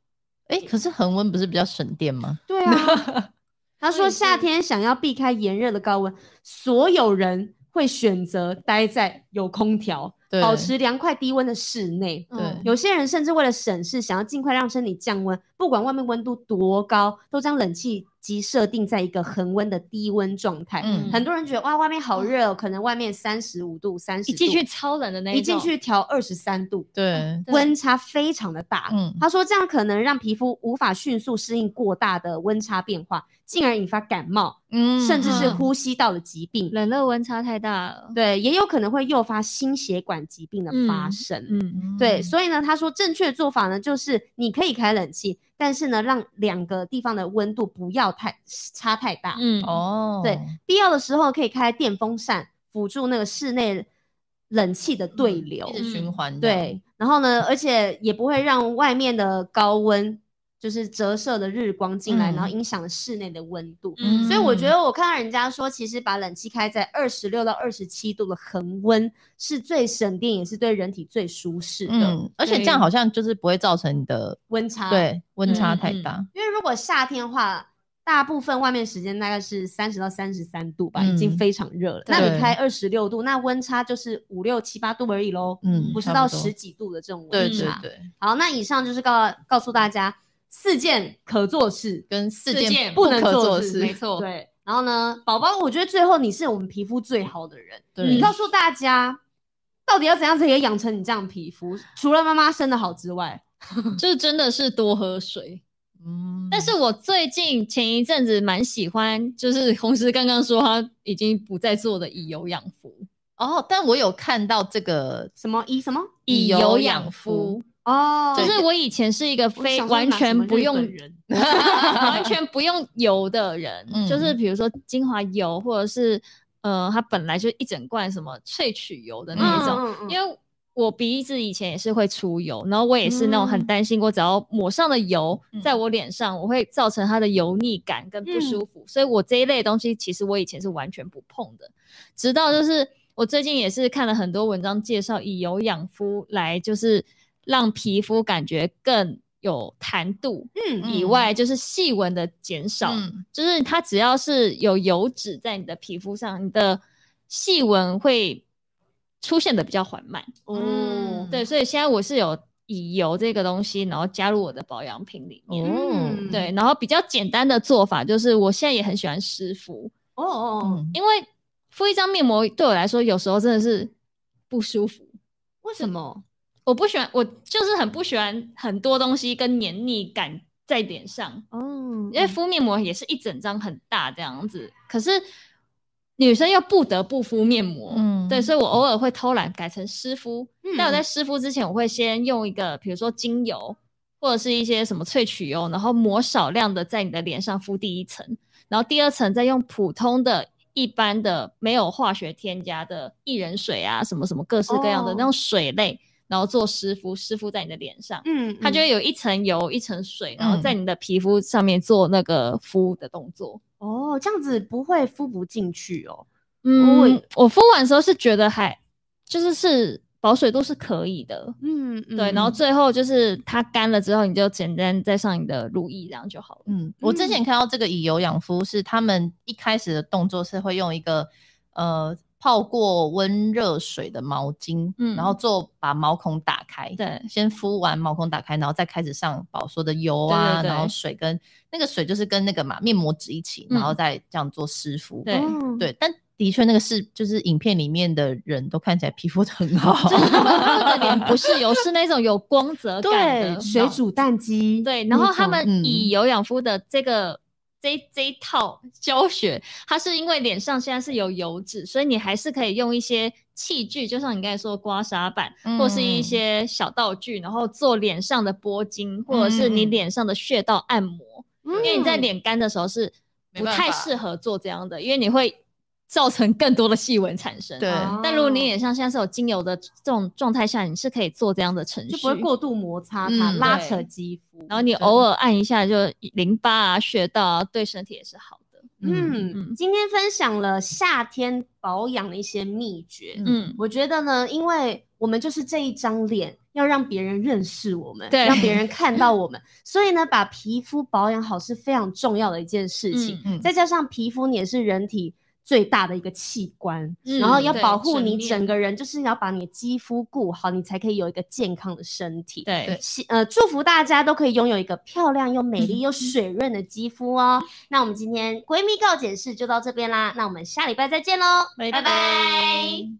Speaker 3: 哎、可是恒温不是比较省电吗？
Speaker 2: 对啊，他说夏天想要避开炎热的高温，所有人会选择待在有空调、
Speaker 3: 对，
Speaker 2: 保持凉快低温的室内。
Speaker 3: 对
Speaker 1: 嗯
Speaker 2: 有些人甚至为了省事，想要尽快让身体降温，不管外面温度多高，都将冷气机设定在一个恒温的低温状态。
Speaker 3: 嗯
Speaker 2: 很多人觉得哇，外面好热、哦，可能外面三十五度、三十，
Speaker 1: 一进去超冷的那
Speaker 2: 一
Speaker 1: 种
Speaker 2: 进，去调二十三度，
Speaker 3: 对，
Speaker 1: 对
Speaker 2: 温差非常的大。
Speaker 3: 嗯
Speaker 2: 他说这样可能让皮肤无法迅速适应过大的温差变化，进而引发感冒，
Speaker 3: 嗯
Speaker 2: 甚至是
Speaker 1: 嗯
Speaker 2: 呼吸道的疾病。
Speaker 1: 冷热温差太大了。
Speaker 2: 对，也有可能会诱发心血管疾病的发
Speaker 1: 嗯
Speaker 2: 生。
Speaker 1: 嗯，
Speaker 2: 对，所以呢，他说正确的做法呢，就是你可以开冷气，但是呢，让两个地方的温度不要太差太大。
Speaker 1: 嗯，
Speaker 3: 哦，
Speaker 2: 对必要的时候可以开电风扇，辅助那个室内冷气的
Speaker 1: 嗯
Speaker 2: 对流。
Speaker 3: 一直循环的，
Speaker 2: 对，然后呢，而且也不会让外面的高温就是折射的日光进来，然后
Speaker 3: 嗯
Speaker 2: 影响了室内的温度。
Speaker 1: 嗯
Speaker 2: 所以我觉得，我看到人家说，其实把冷气开在二十六到二十七度的恒温是最省电，也是对人体最舒适的
Speaker 3: 嗯，而且这样
Speaker 1: 对
Speaker 3: 好像就是不会造成你的
Speaker 2: 温差。，
Speaker 3: 对温差
Speaker 1: 嗯
Speaker 3: 太
Speaker 1: 嗯
Speaker 3: 大，
Speaker 2: 因为如果夏天的话，大部分外面时间大概是三十到三十三度吧，已经
Speaker 3: 嗯
Speaker 2: 非常热了。那
Speaker 3: 对
Speaker 2: 你开二十六度，那温差就是五六七八度而已喽，
Speaker 3: 嗯，
Speaker 2: 不是
Speaker 3: 差
Speaker 2: 到
Speaker 3: 多
Speaker 2: 十，几度的这种
Speaker 3: 对
Speaker 2: 温
Speaker 3: 对
Speaker 2: 差。
Speaker 3: 对，
Speaker 2: 好，那以上就是告告诉大家四件可做事，
Speaker 3: 跟四
Speaker 1: 四
Speaker 3: 件
Speaker 1: 件
Speaker 3: 不
Speaker 2: 能
Speaker 3: 可
Speaker 2: 做
Speaker 3: 做
Speaker 2: 的
Speaker 3: 事，
Speaker 1: 没错，
Speaker 2: 对。然后呢，宝宝，我觉得最后你是我们皮肤最好的人，
Speaker 3: 对
Speaker 2: 你告诉大家到底要怎样才可以养成你这样的皮肤？除了妈妈生的好之外，
Speaker 1: 就是真的是多喝水。
Speaker 3: 嗯，
Speaker 1: 但是我最近前一阵子蛮喜欢，就是红石刚刚说他已经不再做的以油养肤，
Speaker 3: 哦，但我有看到这个
Speaker 2: 什么一什么
Speaker 3: 以
Speaker 1: 以
Speaker 3: 油
Speaker 1: 油
Speaker 3: 养
Speaker 1: 养
Speaker 3: 肤
Speaker 1: 肤，
Speaker 2: 哦，
Speaker 1: 就是我以前是一个
Speaker 2: 我
Speaker 1: 非
Speaker 2: 想说
Speaker 1: 完
Speaker 2: 拿什
Speaker 1: 全
Speaker 2: 么
Speaker 1: 不
Speaker 2: 日
Speaker 1: 用
Speaker 2: 本人
Speaker 1: 完全不用油的人，
Speaker 3: 嗯
Speaker 1: 就是比如说精华油，或者是呃，它本来就一整罐什么萃取油的那一种，
Speaker 2: 嗯嗯嗯
Speaker 1: 因为。我鼻子以前也是会出油，然后我也是那种很
Speaker 2: 嗯
Speaker 1: 担心，我只要抹上了油
Speaker 3: 嗯
Speaker 1: 在我脸上，我会造成它的油腻感跟不舒
Speaker 2: 嗯
Speaker 1: 服，所以我这一类东西其实我以前是完全不碰的，直到就是我最近也是看了很多文章介绍以油养肤来就是让皮肤感觉更有弹度，
Speaker 2: 嗯
Speaker 1: 以
Speaker 3: 嗯
Speaker 1: 外，就是细纹的减少，
Speaker 3: 嗯
Speaker 1: 就是它只要是有油脂在你的皮肤上，你的细纹会出现的比较缓慢。
Speaker 2: 哦
Speaker 3: 嗯
Speaker 1: 对，所以现在我是有以油这个东西，然后加入我的保养品里面。
Speaker 3: 哦
Speaker 2: 嗯
Speaker 1: 对，然后比较简单的做法就是，我现在也很喜欢湿敷，
Speaker 2: 哦哦哦，
Speaker 3: 嗯
Speaker 1: 因为敷一张面膜对我来说有时候真的是不舒服。
Speaker 2: 为什么？
Speaker 1: 我不喜欢，我就是很不喜欢很多东西跟黏腻感在脸上。
Speaker 3: 嗯
Speaker 2: 哦
Speaker 1: 因为敷面膜也是一整张很大这样子，可是女生又不得不敷面膜，
Speaker 3: 嗯
Speaker 1: 对，所以我偶尔会偷懒改成湿敷。
Speaker 2: 嗯
Speaker 1: 但我在湿敷之前，我会先用一个比如说精油或者是一些什么萃取油，然后抹少量的在你的脸上敷第一层，然后第二层再用普通的。一般的没有化学添加的薏仁水啊，什么什么各式各样的、
Speaker 2: 哦
Speaker 1: 那种水类，然后做湿敷，湿敷在你的脸上。
Speaker 2: 嗯，
Speaker 1: 它就
Speaker 2: 嗯
Speaker 1: 会有一层油、一层水，然后
Speaker 3: 嗯
Speaker 1: 在你的皮肤上面做那个敷的动作。
Speaker 2: 哦，这样子不会敷不进去哦。
Speaker 1: 嗯，我敷完的时候是觉得还就是是保水度是可以的，
Speaker 2: 嗯，嗯
Speaker 1: 对。然后最后就是它干了之后，你就简单再上你的乳液，这样就好 了。
Speaker 3: 嗯，我之前看到这个以油养肤是他们一开始的动作是会用一个呃泡过温热水的毛巾，
Speaker 1: 嗯
Speaker 3: 然后做把毛孔打开，
Speaker 1: 对
Speaker 3: 先敷完毛孔打开，然后再开始上宝说的油啊，
Speaker 1: 对对对
Speaker 3: 然后水跟那个水就是跟那个嘛面膜纸一起，
Speaker 1: 嗯
Speaker 3: 然后再这样做湿敷，
Speaker 1: 对
Speaker 2: 哦
Speaker 3: 对，但的确那个是就是影片里面的人都看起来皮肤很好，
Speaker 1: 他们的脸不是油，是那种有光泽感的
Speaker 2: 对，水
Speaker 1: 然后
Speaker 2: 煮蛋鸡，
Speaker 1: 对，然后
Speaker 2: 那
Speaker 1: 他
Speaker 2: 种
Speaker 1: 们
Speaker 3: 嗯
Speaker 1: 以有氧敷的这个。这一这一套教学，它是因为脸上现在是有油脂，所以你还是可以用一些器具，就像你刚才说的刮痧板，或是
Speaker 2: 嗯
Speaker 3: 嗯
Speaker 1: 一些小道具，然后做脸上的拨筋，或者是你
Speaker 3: 嗯嗯嗯
Speaker 1: 脸上的穴道
Speaker 2: 嗯
Speaker 1: 按摩，因为你在脸干的时候是
Speaker 3: 没
Speaker 1: 不
Speaker 3: 办
Speaker 1: 太
Speaker 3: 法
Speaker 1: 适合做这样的，因为你会造成更多的细纹产生。
Speaker 3: 对
Speaker 2: 哦
Speaker 1: 但如果你脸上现在是有精油的这种状态下，你是可以做这样的程序，
Speaker 2: 就不会过度摩擦它，
Speaker 3: 嗯
Speaker 2: 拉
Speaker 1: 对
Speaker 2: 扯肌肤。
Speaker 1: 然后你偶尔按一下，就淋巴啊、穴道啊，对身体也是好的。
Speaker 2: 嗯，
Speaker 1: 嗯
Speaker 2: 今天分享了夏天保养的一些秘诀。
Speaker 1: 嗯，
Speaker 2: 我觉得呢，因为我们就是这一张脸，要让别人认识我们，
Speaker 1: 对
Speaker 2: 让别人看到我们，所以呢，把皮肤保养好是非常重要的一件事情。
Speaker 3: 嗯
Speaker 2: 再加上皮肤你也是人体最大的一个器官，
Speaker 1: 嗯
Speaker 2: 然后要
Speaker 1: 对
Speaker 2: 保护
Speaker 1: 整
Speaker 2: 你
Speaker 1: 面
Speaker 2: 整个人，就是你要把你的肌肤顾好，你才可以有一个健康的身体。
Speaker 1: 对，
Speaker 2: 希呃，祝福大家都可以拥有一个漂亮又美
Speaker 1: 嗯
Speaker 2: 丽又水润的肌肤哦。那我们今天闺蜜告解室就到这边啦，那我们下礼拜再见喽，拜拜